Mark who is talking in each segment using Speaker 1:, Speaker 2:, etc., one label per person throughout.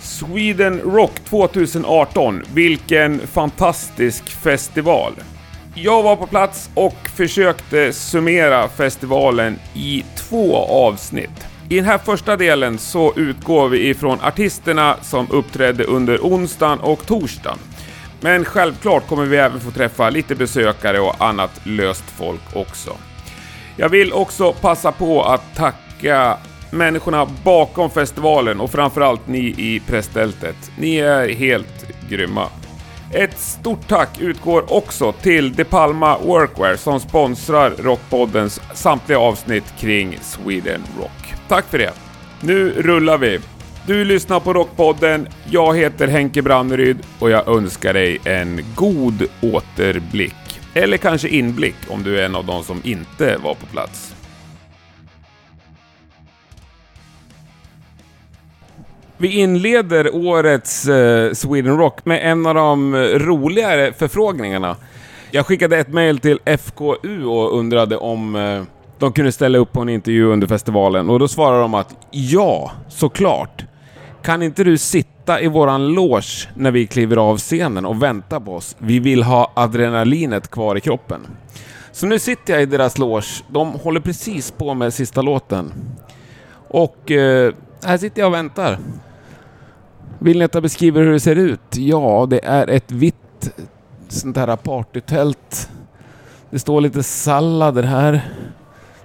Speaker 1: Sweden Rock 2018. Vilken fantastisk festival! Jag var på plats och försökte summera festivalen i två avsnitt. I den här första delen så utgår vi ifrån artisterna som uppträdde under onsdagen och torsdagen. Men självklart kommer vi även få träffa lite besökare och annat löst folk också. Jag vill också passa på att tacka människorna bakom festivalen och framförallt ni i presstältet. Ni är helt grymma. Ett stort tack utgår också till De Palma Workwear som sponsrar Rockpoddens samtliga avsnitt kring Sweden Rock. Tack för det! Nu rullar vi! Du lyssnar på Rockpodden, jag heter Henke Branneryd och jag önskar dig en god återblick. Eller kanske inblick om du är en av de som inte var på plats. Vi inleder årets eh, Sweden Rock med en av de eh, roligare förfrågningarna. Jag skickade ett mejl till FKU och undrade om eh, de kunde ställa upp på en intervju under festivalen och då svarade de att ja, såklart. Kan inte du sitta i våran loge när vi kliver av scenen och vänta på oss? Vi vill ha adrenalinet kvar i kroppen. Så nu sitter jag i deras loge. De håller precis på med sista låten. Och eh, här sitter jag och väntar. Vill ni att jag beskriver hur det ser ut? Ja, det är ett vitt sånt här partytält. Det står lite sallader här.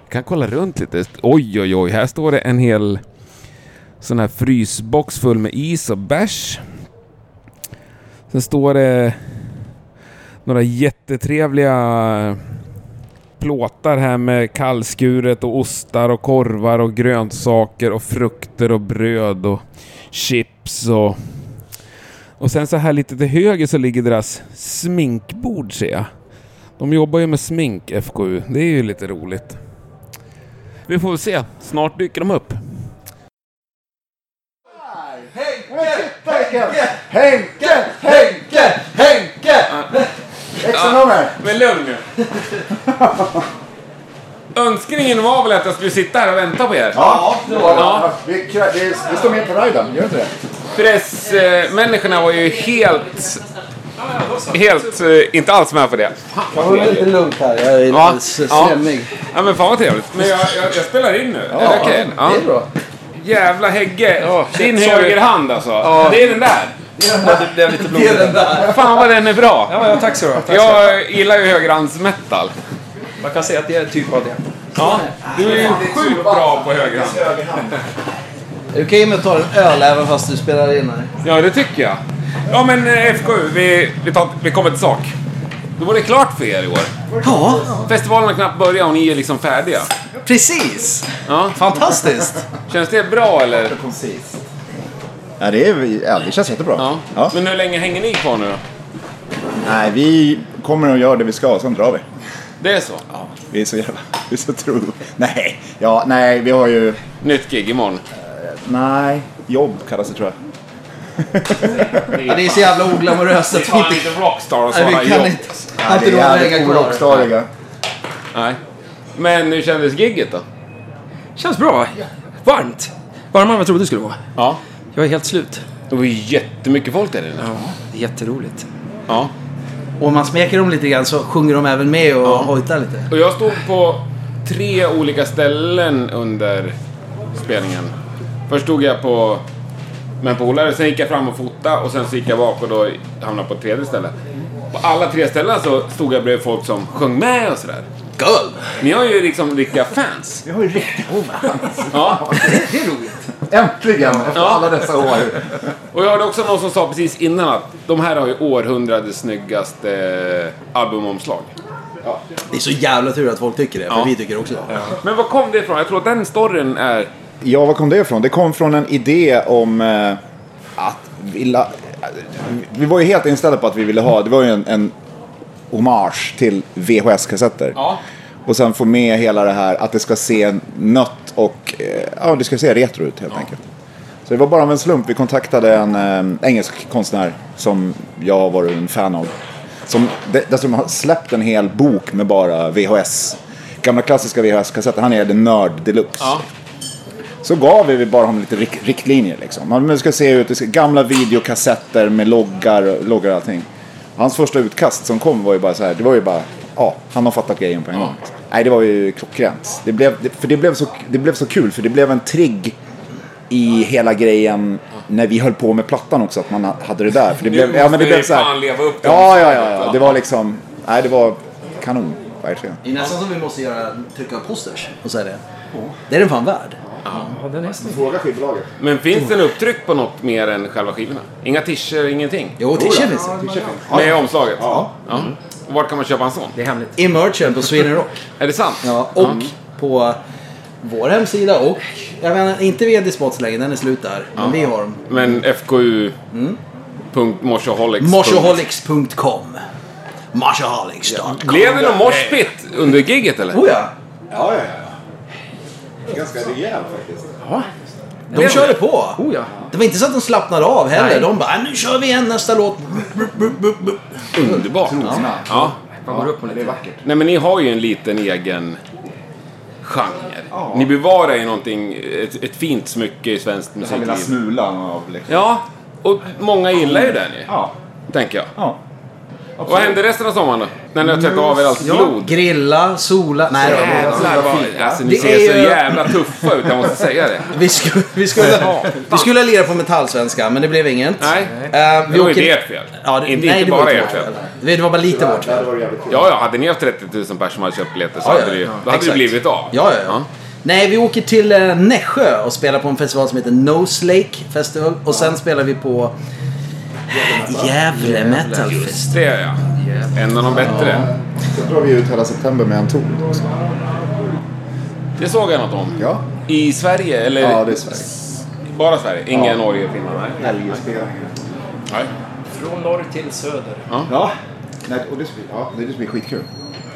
Speaker 1: Jag kan kolla runt lite. Oj, oj, oj. Här står det en hel sån här frysbox full med is och bärs. Sen står det några jättetrevliga plåtar här med kallskuret och ostar och korvar och grönsaker och frukter och bröd och chips och... Och sen så här lite till höger så ligger deras sminkbord ser jag. De jobbar ju med smink, FKU. Det är ju lite roligt. Vi får väl se. Snart dyker de upp.
Speaker 2: Henke! Henke! Henke! Henke! Extra-nummer!
Speaker 1: Men lugn nu. Önskningen var väl att jag skulle sitta här och vänta på er?
Speaker 2: Ja, det var det.
Speaker 1: Ja.
Speaker 2: Vi krö- det. Det står med på rajdan, gör inte det?
Speaker 1: Pressmänniskorna var ju helt... Helt, eh, inte alls med på det.
Speaker 3: Jag håller lite lugnt här. Jag är
Speaker 1: Ja,
Speaker 3: lite s-
Speaker 1: ja.
Speaker 3: stämning.
Speaker 1: Ja men fan vad trevligt. Men jag, jag, jag spelar in nu. Ja, det okej? Ja.
Speaker 3: Det är bra.
Speaker 1: Jävla Hägge. Din högerhand alltså. Det är den där.
Speaker 4: Det blev lite blodigt.
Speaker 1: Fan vad den är bra.
Speaker 4: Ja, ja, tack så du ha.
Speaker 1: Jag gillar ju högerhandsmetal.
Speaker 4: Man kan säga att det är typ av det.
Speaker 1: Ja. Du är ju sjukt bra på högerhand.
Speaker 3: Är det okej med att ta en öl även fast du spelar in här?
Speaker 1: Ja det tycker jag. Ja men eh, FKU, vi, vi, tar, vi kommer till sak. Då var det klart för er i år.
Speaker 3: Ja,
Speaker 1: Festivalen har knappt börjat och ni är liksom färdiga.
Speaker 3: precis!
Speaker 1: Ja.
Speaker 3: Fantastiskt!
Speaker 1: Känns det bra eller?
Speaker 2: Ja, det, är, ja, det känns jättebra.
Speaker 1: Ja.
Speaker 2: Ja.
Speaker 1: Men hur länge hänger ni kvar nu då?
Speaker 2: Nej, vi kommer och gör det vi ska, sen drar vi.
Speaker 1: Det är så?
Speaker 2: Vi är så jävla... Vi är så tro... Nej, ja, nej, vi har ju...
Speaker 1: Nytt gig imorgon.
Speaker 2: Nej, jobb kallas det tror jag.
Speaker 3: Ja, det är så jävla oglamoröst att vi
Speaker 1: Fan
Speaker 3: inte...
Speaker 1: inte rockstar och
Speaker 3: Nej,
Speaker 1: sådana
Speaker 3: vi kan
Speaker 1: jobb.
Speaker 3: inte...
Speaker 2: Nej,
Speaker 3: Har inte råd att hänga kvar.
Speaker 2: orocksaliga.
Speaker 1: Nej. Men hur kändes gigget då?
Speaker 4: Känns bra. Varmt. Varmare än vad jag trodde det skulle vara.
Speaker 1: Ja.
Speaker 4: Jag är helt slut.
Speaker 1: Det var ju jättemycket folk där inne.
Speaker 4: Ja, det är jätteroligt.
Speaker 1: Ja.
Speaker 3: Och om man smeker dem lite grann så sjunger de även med och hojtar lite.
Speaker 1: Och jag stod på tre olika ställen under spelningen. Först stod jag på med en polare, sen gick jag fram och fotade och sen så gick jag bak och då hamnade på ett tredje ställe. På alla tre ställen så stod jag bredvid folk som sjöng med och sådär.
Speaker 3: Girl!
Speaker 1: Ni har ju liksom riktiga fans.
Speaker 2: Vi har ju riktigt
Speaker 1: Ja.
Speaker 3: Det är roligt.
Speaker 2: Äntligen! Efter
Speaker 1: Ja.
Speaker 2: alla dessa år.
Speaker 1: Och jag hörde också någon som sa precis innan att de här har ju århundradets snyggaste eh, albumomslag.
Speaker 3: Det är så jävla tur att folk tycker det, för
Speaker 1: Ja.
Speaker 3: vi tycker också det.
Speaker 1: Men var kom det ifrån? Jag tror att den storyn är...
Speaker 2: Ja, var kom det ifrån? Det kom från en idé om eh, att vilja... Vi var ju helt inställda på att vi ville ha, det var ju en, en hommage till VHS-kassetter. Och sen få med hela det här att det ska se nött och, eh, ja det ska se retro ut helt enkelt. Så det var bara av en slump, vi kontaktade en eh, engelsk konstnär som jag har varit en fan av. Som de- dessutom har släppt en hel bok med bara VHS. Gamla klassiska VHS-kassetter. Han är the nörd deluxe.
Speaker 1: Ja.
Speaker 2: Så gav vi bara honom lite rik- riktlinjer liksom. Han men det ska se ut, det ska, gamla videokassetter med loggar, loggar och allting. Hans första utkast som kom var ju bara så här, det var ju bara, ja, han har fattat grejen på en gång. Nej, det var ju klockrent. Det blev, det, för det blev, så, det blev så kul, för det blev en trigg i hela grejen när vi höll på med plattan också, att man ha- hade det där. För det
Speaker 1: Nu
Speaker 2: blev, ja, men det
Speaker 1: måste
Speaker 2: blev
Speaker 1: vi
Speaker 2: så här,
Speaker 1: fan leva upp till
Speaker 2: ja,
Speaker 1: det.
Speaker 2: ja, ja, ja, det var liksom, nej, det var kanon, verkligen.
Speaker 3: Det är nästan som vi måste göra, trycka posters och säga det. Det är den fan värd.
Speaker 4: Ja, den är snygg.
Speaker 2: Fråga skivbolaget.
Speaker 1: Men finns den upptryckt på något mer än själva skivorna? Inga tischer, ingenting?
Speaker 3: Jo, t-shirt finns det.
Speaker 1: Med omslaget? Ja. Och Vart kan man köpa en sån?
Speaker 4: Det är hemligt.
Speaker 3: I merchen på Sweden Rock.
Speaker 1: Är det sant? Mm.
Speaker 3: Ja, och på vår hemsida och... Jag menar, inte vd Spots längre, den är slut där. Men vi har Mm. dem.
Speaker 1: Men FKU... punkt Morsoholics.
Speaker 3: Marshaholics.com Marshaholics.com
Speaker 1: Blev det någon moshpit under gigget eller?
Speaker 3: Oh ja,
Speaker 2: Ja, ja, ja. Ganska rejäl faktiskt.
Speaker 4: Ja.
Speaker 3: de körde på.
Speaker 4: Oh ja.
Speaker 3: Det var inte så att de slappnade av heller.
Speaker 4: Nej.
Speaker 3: De bara, "Äh, nu kör vi igen nästa låt.
Speaker 1: Underbart.
Speaker 2: Trogna.
Speaker 1: Ja.
Speaker 4: Man går upp på
Speaker 2: Det är
Speaker 4: lite.
Speaker 2: vackert.
Speaker 1: Nej men ni har ju en liten egen genre. Ni bevarar ju någonting, ett, ett fint smycke i svenskt
Speaker 2: Den lilla
Speaker 1: musikliv.
Speaker 2: smulan av liksom.
Speaker 1: Ja, och många gillar ju den ju.
Speaker 2: Ja.
Speaker 1: Tänker jag.
Speaker 2: ja.
Speaker 1: Vad hände resten av sommaren då? När ni har tvättat av er allt
Speaker 4: Ja.
Speaker 1: blod?
Speaker 3: Grilla, sola. Nej, då.
Speaker 1: Jävlar vad... Alltså ni
Speaker 3: Det
Speaker 1: ser
Speaker 3: är
Speaker 1: så
Speaker 3: ju-
Speaker 1: jävla tuffa ut, jag måste säga det.
Speaker 3: vi skulle, vi skulle, vi skulle lira på Metallsvenskan, men det blev inget.
Speaker 1: Nej.
Speaker 3: Eh, vi
Speaker 1: Det var ju
Speaker 3: åker-
Speaker 1: inte ert fel.
Speaker 3: Ja, det,
Speaker 1: Inte-
Speaker 3: nej, det
Speaker 1: inte
Speaker 3: var
Speaker 1: bara
Speaker 3: inte
Speaker 1: ert
Speaker 3: vårt
Speaker 1: fel.
Speaker 3: Det var bara lite vårt fel.
Speaker 2: Det var jävligt kul.
Speaker 1: Ja, ja, hade ni haft 30 000 personer som hade köpt biljetter så
Speaker 3: Ja, ja,
Speaker 1: hade det ju
Speaker 3: ja.
Speaker 1: då hade det
Speaker 3: Exakt.
Speaker 1: blivit av.
Speaker 3: Ja, ja, ja. Nej, vi åker till eh, Nässjö och spelar på en festival som heter Nose Lake Festival. Och sen spelar vi på Gävle Metal Fest.
Speaker 1: Det är jag. En av de bättre.
Speaker 2: Sen drar vi ut hela september med en ton också.
Speaker 1: Det såg jag något om.
Speaker 2: Ja.
Speaker 1: I Sverige? Eller
Speaker 2: Ja, det är Sverige.
Speaker 1: bara Sverige? Inga Norge och Finland? Nej.
Speaker 2: Helgespelningar.
Speaker 1: Nej.
Speaker 5: Från norr till söder.
Speaker 2: Ja. Nej, och det ska bli, ja, det ska bli skitkul.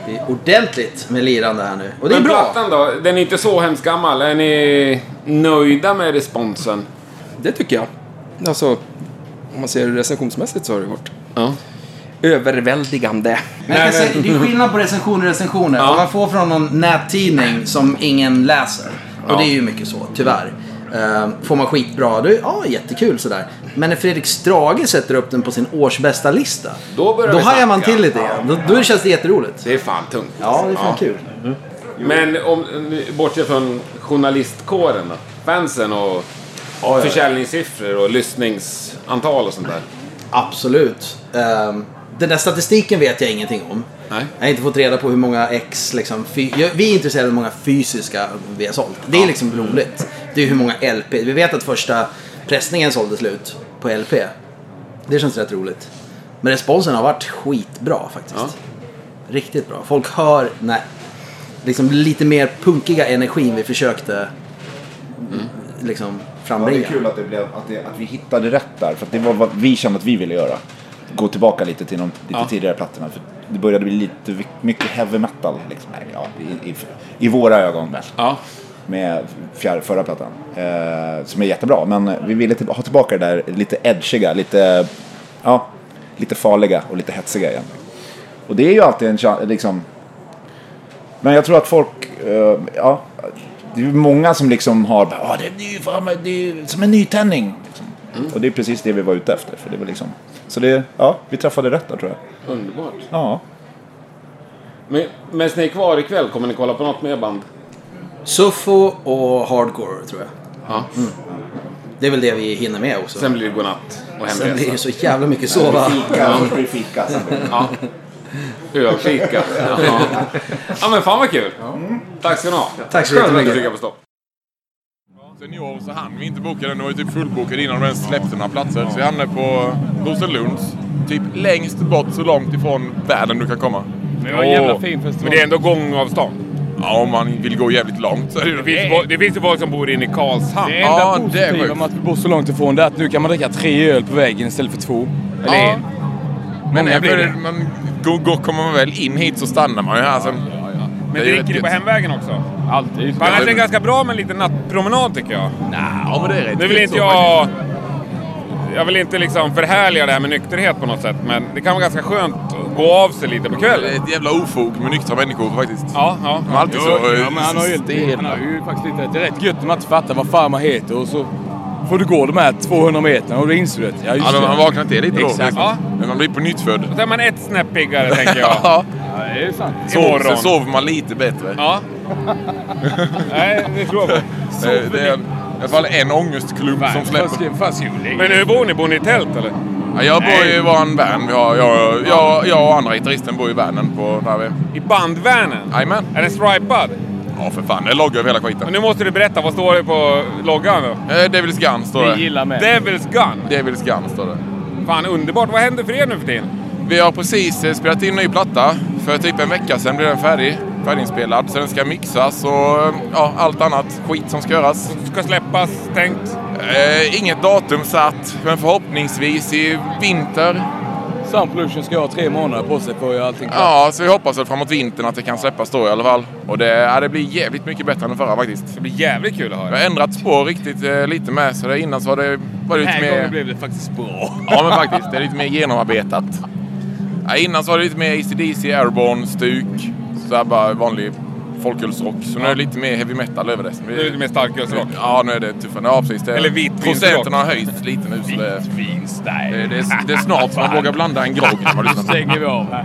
Speaker 3: Det är ordentligt med lirande här nu. Och det är
Speaker 1: Men
Speaker 3: bra.
Speaker 1: plattan då? Den är inte så hemskt gammal. Är ni nöjda med responsen?
Speaker 4: Det tycker jag. Alltså, om man ser det recensionsmässigt så har det varit
Speaker 1: Ja.
Speaker 4: överväldigande.
Speaker 3: Men jag kan säga, det är skillnad på recensioner och recensioner.
Speaker 1: Ja.
Speaker 3: Vad Man får från någon nättidning som ingen läser. Och det är ju mycket så, tyvärr. Ehm, får man skitbra, då är ja, jättekul sådär. Men när Fredrik Strage sätter upp den på sin årsbästa lista
Speaker 1: Då börjar
Speaker 3: Då
Speaker 1: vi
Speaker 3: hajar man
Speaker 1: snacka.
Speaker 3: till lite igen. Då, då känns det jätteroligt.
Speaker 1: Det är fan tungt.
Speaker 3: Ja, det är fan kul.
Speaker 1: Men om, bortsett från journalistkåren då? Fansen och försäljningssiffror och lyssningsantal och sånt där.
Speaker 3: Absolut. Ehm, den där statistiken vet jag ingenting om.
Speaker 1: Nej.
Speaker 3: Jag har inte fått reda på hur många ex, liksom, fy- jag- vi är intresserade av hur många fysiska vi har sålt. Det är liksom roligt. Det är hur många LP, vi vet att första pressningen sålde slut på LP. Det känns rätt roligt. Men responsen har varit skitbra faktiskt.
Speaker 1: Ja.
Speaker 3: Riktigt bra. Folk hör, nej, liksom lite mer punkiga energin vi försökte
Speaker 1: Mm.
Speaker 3: liksom
Speaker 2: Ja, det är
Speaker 3: frambringa.
Speaker 2: kul att, det blev, att, det, att vi hittade rätt där. För att det var vad vi kände att vi ville göra. Gå tillbaka lite till de lite tidigare plattorna. För det började bli lite mycket heavy metal. Liksom. Nej, ja, i, i, I våra ögon. mest.
Speaker 1: Ja.
Speaker 2: med fjär, förra plattan. Eh, som är jättebra, men vi ville till, ha tillbaka det där lite edgiga, lite, ja, lite farliga och lite hetsiga igen. Och det är ju alltid en chans, liksom. Men jag tror att folk, eh, ja, det är ju många som liksom har, bara, ah, det, är ju fan, det är ju som en nytändning. Liksom. Och det är precis det vi var ute efter. För det var liksom, så det, ja, vi träffade rätt där tror jag.
Speaker 1: Underbart.
Speaker 2: Ja.
Speaker 1: Men, men ni är kvar ikväll, kommer ni kolla på något mer band?
Speaker 3: Suffo och hardcore tror jag. Mm.
Speaker 1: Ja.
Speaker 3: Det är väl det vi hinner med också. Sen,
Speaker 1: Sen blir det godnatt och hemresa.
Speaker 3: blir det så jävla mycket sova.
Speaker 2: Fika, först blir det fika, sen blir det-
Speaker 1: Ja. Ölfika. Ja. ja men fan vad kul. Tack ska ni ha.
Speaker 3: Tack så
Speaker 1: Skönt att du
Speaker 3: jättemycket.
Speaker 1: trycker på stopp.
Speaker 6: Senior så hann vi inte boka den. Den var ju typ fullbokad innan de ens släppte några platser. Så vi hamnade på Rosenlunds. Typ längst bort så långt ifrån världen du kan komma.
Speaker 7: Men det var en jävla fin festival.
Speaker 1: Men det är ändå gångavstånd.
Speaker 6: Ja, om man vill gå jävligt långt så är det ju
Speaker 1: Det finns, ju
Speaker 6: Nej.
Speaker 1: folk- det finns ju folk som bor inne i Karlshamn.
Speaker 7: Det enda
Speaker 6: Ja, det är
Speaker 7: positiva
Speaker 6: sjukt.
Speaker 7: med att vi bor så långt ifrån det är att nu kan man dricka tre öl på vägen istället för två. Eller
Speaker 6: Ja.
Speaker 7: en.
Speaker 6: Men
Speaker 7: Många blir
Speaker 6: även
Speaker 7: det.
Speaker 6: om man går, går, kommer man väl in hit så stannar man ju här sen.
Speaker 1: Men
Speaker 6: Det är ju
Speaker 1: dricker ni
Speaker 6: rätt
Speaker 1: på
Speaker 6: gött.
Speaker 1: hemvägen också?
Speaker 7: Alltid.
Speaker 1: Annars är det ganska bra med en liten nattpromenad tycker jag.
Speaker 6: Ja, men det är rätt
Speaker 1: Nu vill
Speaker 6: gött
Speaker 1: inte
Speaker 6: så
Speaker 1: jag jag vill inte liksom förhärliga det här med nykterhet på något sätt, men det kan vara ganska skönt att gå av sig lite på
Speaker 6: Det
Speaker 1: kvällen.
Speaker 6: är ett jävla ofog med nyktra människor faktiskt.
Speaker 1: Ja, ja.
Speaker 6: De är alltid så...
Speaker 7: ja, men han har ju, helt, han har ju faktiskt lite rätt. Det är rätt gött när man inte fattar vad fan man heter och så får du gå de här 200 meterna och då inser du att ja, just
Speaker 6: Ja, de har
Speaker 7: det.
Speaker 6: vaknat till lite då.
Speaker 7: Exakt.
Speaker 6: liksom.
Speaker 1: Ja.
Speaker 6: Men man blir på nytt född.
Speaker 1: Då är man ett snäpp piggare, tänker jag.
Speaker 6: Ja.
Speaker 7: Ja, det är sant.
Speaker 6: Så,
Speaker 1: Imorgon.
Speaker 6: sen sover man lite bättre.
Speaker 1: Ja. Nej, det tror jag på.
Speaker 6: Eh, det, det är en, i alla fall en ångestklump som släpper.
Speaker 7: Fast, fast ju, det är-
Speaker 1: Men hur bor ni? Bor ni i tält eller?
Speaker 6: Ja, jag bor i våran van. Vi har, jag, jag, jag och andra gitarristen bor i vanen på där vi...
Speaker 1: I bandvanen?
Speaker 6: Jajamän.
Speaker 1: Är den stripad?
Speaker 6: Ja, för fan. Det loggar över hela
Speaker 1: Och
Speaker 6: skiten.
Speaker 1: nu måste du berätta, vad står det på loggan då?
Speaker 6: Eh, Devils Gun står
Speaker 7: Vi
Speaker 6: det.
Speaker 7: gillar med.
Speaker 1: Devil's Gun.
Speaker 6: Devils Gun står det.
Speaker 1: Fan underbart, vad händer för er nu för tiden?
Speaker 6: Vi har precis eh, spelat in en ny platta. För typ en vecka sedan blev den färdig. Färdiginspelad. Så den ska mixas och eh, ja, allt annat skit som ska göras.
Speaker 1: Ska släppas, tänkt.
Speaker 6: Eh, inget datum satt, men förhoppningsvis i vinter.
Speaker 7: Sunpollution ska ha tre månader på sig för att göra allting klart.
Speaker 6: Ja, så vi hoppas att framåt vintern att det kan släppas då i alla fall. Och det, ja, det blir jävligt mycket bättre än den förra faktiskt.
Speaker 1: Det blir jävligt kul att
Speaker 6: Jag
Speaker 1: höra.
Speaker 6: har ändrat spår riktigt eh, lite med, så det, innan så var det,
Speaker 7: Den
Speaker 6: var det lite
Speaker 7: här gången
Speaker 6: mer...
Speaker 7: blev det faktiskt bra.
Speaker 6: Ja, men faktiskt. Det är lite mer genomarbetat. Ja, innan så var det lite mer ACDC Airborne-stuk. Så här bara vanlig folkölsrock. Så nu är det lite mer heavy metal över det. Nu
Speaker 1: Det är lite mer starkölsrock.
Speaker 6: Ja, nu är det tuffare. Ja, precis. Det,
Speaker 1: Eller vitvinsrock.
Speaker 6: Procenterna har höjts lite nu. Så det, det, det, är, det är snart som man vågar blanda en grogg när man lyssnar på det.
Speaker 7: Stänger vi av här.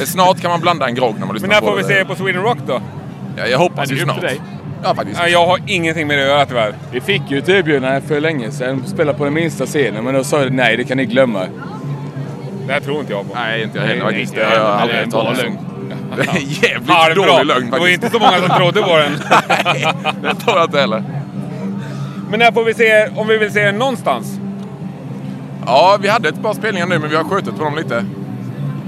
Speaker 6: är Snart kan man blanda en grogg när man
Speaker 1: Men
Speaker 6: lyssnar
Speaker 1: när
Speaker 6: på
Speaker 1: får vi se er på Sweden Rock då?
Speaker 6: Ja, jag hoppas
Speaker 7: Ja,
Speaker 6: ju
Speaker 7: det är upp
Speaker 6: snart.
Speaker 7: till dig.
Speaker 6: Ja, faktiskt.
Speaker 1: Ja, Jag har ingenting med det att göra tyvärr.
Speaker 7: Vi fick ju ett erbjudande för länge sedan, spela på den minsta scenen, men då sa jag nej, det kan ni glömma.
Speaker 1: Det här tror inte jag på.
Speaker 6: Nej, inte jag heller
Speaker 7: Nej,
Speaker 6: faktiskt.
Speaker 7: inte
Speaker 6: Det
Speaker 7: jag
Speaker 6: har
Speaker 7: heller.
Speaker 6: jag aldrig
Speaker 7: Det är en
Speaker 6: hört talas
Speaker 7: bra
Speaker 6: om. Det är en jävligt
Speaker 1: Ja, det är
Speaker 6: dålig
Speaker 1: bra.
Speaker 6: lögn
Speaker 1: Det var
Speaker 6: faktiskt.
Speaker 1: inte så många som trodde på den.
Speaker 6: Det tror jag inte heller.
Speaker 1: Men när får vi se er, om vi vill se er någonstans?
Speaker 6: Ja, vi hade ett par spelningar nu, men vi har skjutit på dem lite.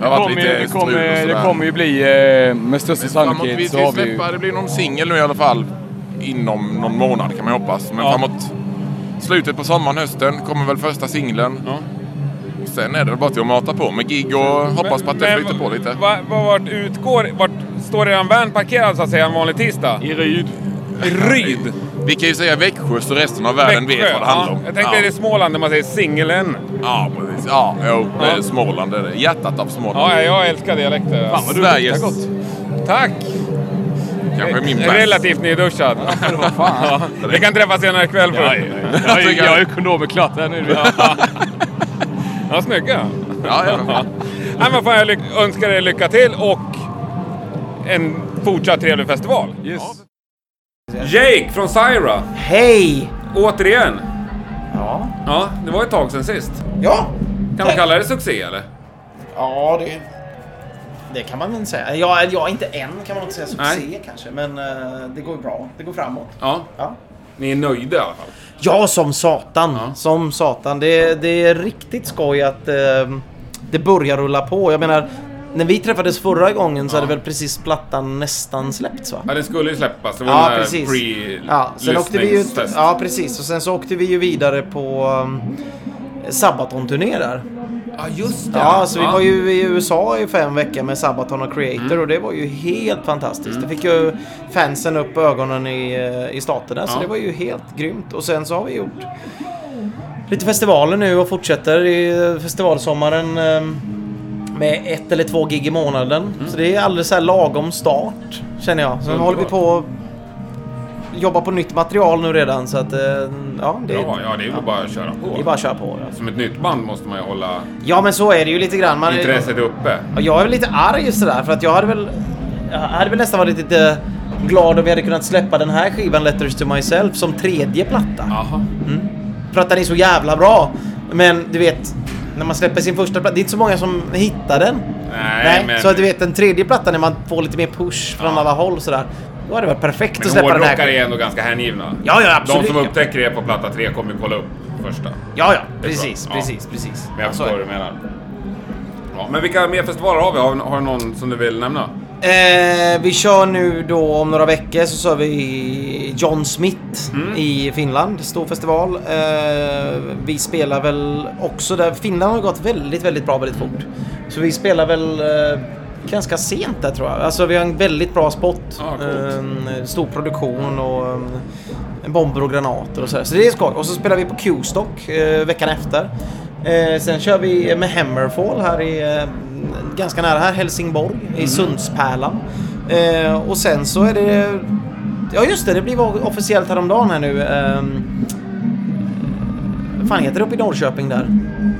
Speaker 6: Det har varit
Speaker 7: Kommer ju-
Speaker 6: lite
Speaker 7: det, kommer,
Speaker 6: strul
Speaker 7: det
Speaker 6: och
Speaker 7: kommer
Speaker 6: sådär.
Speaker 7: ju bli, eh, med största
Speaker 6: Framåt, vi
Speaker 7: sannolikhet så
Speaker 6: ska
Speaker 7: har vi ju...
Speaker 6: släppa, det blir någon singel nu i alla fall. Inom någon månad kan man ju hoppas. Men
Speaker 1: Ja.
Speaker 6: framåt slutet på sommaren, hösten kommer väl första singeln.
Speaker 1: Ja.
Speaker 6: Och Sen är det bara till att mata på med gig och hoppas på att det
Speaker 1: Men-
Speaker 6: flyter på lite.
Speaker 1: Va, va, vart utgår... Vart står eran van parkerad så att säga en vanlig tisdag?
Speaker 7: I Ryd.
Speaker 1: I Ryd!
Speaker 6: Vi kan ju säga Växjö så resten av världen vet vad det handlar om.
Speaker 1: Ja, jag tänkte är det Småland där man säger singeln.
Speaker 6: Ja, precis. Ja, jo, det
Speaker 1: Ja.
Speaker 6: är Småland. Det är det. Hjärtat av Småland.
Speaker 1: Ja, jag älskar dialekter.
Speaker 7: Fan, vad du
Speaker 6: Sveriges...
Speaker 7: luktar gott.
Speaker 1: Tack!
Speaker 6: Kanske min bäst.
Speaker 1: Relativt nyduschad.
Speaker 7: Fan.
Speaker 1: Vi kan träffas senare ikväll. för-
Speaker 7: Jag är- jag är- jag är ekonomer klart här nu.
Speaker 1: Ja, snygga.
Speaker 6: Ja, ja.
Speaker 1: Nej, men fan, jag lyck- önskar er lycka till och en fortsatt trevlig festival.
Speaker 7: Yes.
Speaker 1: Jake från Syra,
Speaker 3: Hej!
Speaker 1: återigen.
Speaker 8: Ja.
Speaker 1: Ja, det var ett tag sedan sist.
Speaker 8: Ja.
Speaker 1: Kan man kalla det succé eller?
Speaker 8: Ja, det... Det kan man väl säga. Ja, ja, inte än kan man inte säga succé kanske, men eh, det går bra. Det går framåt.
Speaker 1: Ja,
Speaker 8: Ja,
Speaker 1: ni är nöjda i alla fall.
Speaker 8: ja som satan.
Speaker 1: Ja.
Speaker 8: Som satan. Det, det är riktigt skoj att eh, det börjar rulla på. Jag menar, när vi träffades förra gången så hade väl precis plattan nästan släppts va?
Speaker 1: Ja, den skulle ju släppas. Det var
Speaker 8: Ja,
Speaker 1: den här
Speaker 8: precis.
Speaker 1: pre
Speaker 8: Ja, sen åkte vi ju,
Speaker 1: lyssningstest.
Speaker 8: ja, precis. Och sen så åkte vi ju vidare på um, Sabaton-turné där.
Speaker 1: Ja, Mm. just det.
Speaker 8: Ja, så vi var ju i USA i fem veckor med Sabaton och Creator och det var ju helt fantastiskt.
Speaker 1: Mm.
Speaker 8: Det fick ju fansen upp ögonen i, eh, i staterna så
Speaker 1: Ja.
Speaker 8: det var ju helt grymt. Och sen så har vi gjort lite festivaler nu och fortsätter i eh, festivalsommaren eh, med ett eller två gig i månaden.
Speaker 1: Mm.
Speaker 8: Så det är alldeles så här lagom start känner jag. Så nu håller vi på och jobbar på nytt material nu redan så att eh, ja, det,
Speaker 1: Ja, ja, det är väl bara att köra på.
Speaker 8: det är bara att köra på. ja.
Speaker 1: Som ett nytt band måste man ju hålla
Speaker 8: Ja men så är det ju lite grann. Man,
Speaker 1: intresset uppe.
Speaker 8: Ja, Jag är väl lite arg sådär för att jag hade väl... Jag hade väl nästan varit lite glad om vi hade kunnat släppa den här skivan Letters to Myself som tredje platta. Mm.
Speaker 1: Jaha.
Speaker 8: För att den är så jävla bra. Men du vet, när man släpper sin första platta, det är inte så många som hittar den.
Speaker 1: Nej, men-
Speaker 8: Så att du vet, den tredje plattan när man får lite mer push från alla håll sådär. Då hade det varit perfekt att
Speaker 1: Men
Speaker 8: släppa den här
Speaker 1: hårdrockare
Speaker 8: skivan.
Speaker 1: är ändå ganska hängivna.
Speaker 8: Ja, ja, absolut.
Speaker 1: De som upptäcker det på platta tre kommer ju kolla upp första.
Speaker 8: Ja, ja,
Speaker 1: Det är bra.
Speaker 8: precis,
Speaker 1: Ja.
Speaker 8: precis, precis.
Speaker 1: Men jag
Speaker 8: Så
Speaker 1: förstår
Speaker 8: är
Speaker 1: vad du menar. Ja, men vilka mer festivaler har vi? Har, har du någon som du vill nämna?
Speaker 8: Eh, vi kör nu då om några veckor så kör vi John Smith i Finland. Stor festival. Eh, vi spelar väl också där. Finland har gått väldigt, väldigt bra väldigt fort. Så vi spelar väl eh, ganska sent där tror jag. Alltså vi har en väldigt bra spot.
Speaker 1: Ja, coolt.
Speaker 8: Ehm, stor produktion och ehm, bomber och granater och sådär. Så det är skoj. Och så spelar vi på Q-stock eh, veckan efter. Eh, sen kör vi med Hammerfall här i eh, ganska nära här, Helsingborg,
Speaker 1: Mm.
Speaker 8: i Sundspärlan. Eh, och sen så är det... Ja just det, det blev officiellt häromdagen här nu. Ehm, vad fan heter det uppe i Norrköping där?
Speaker 1: Mm.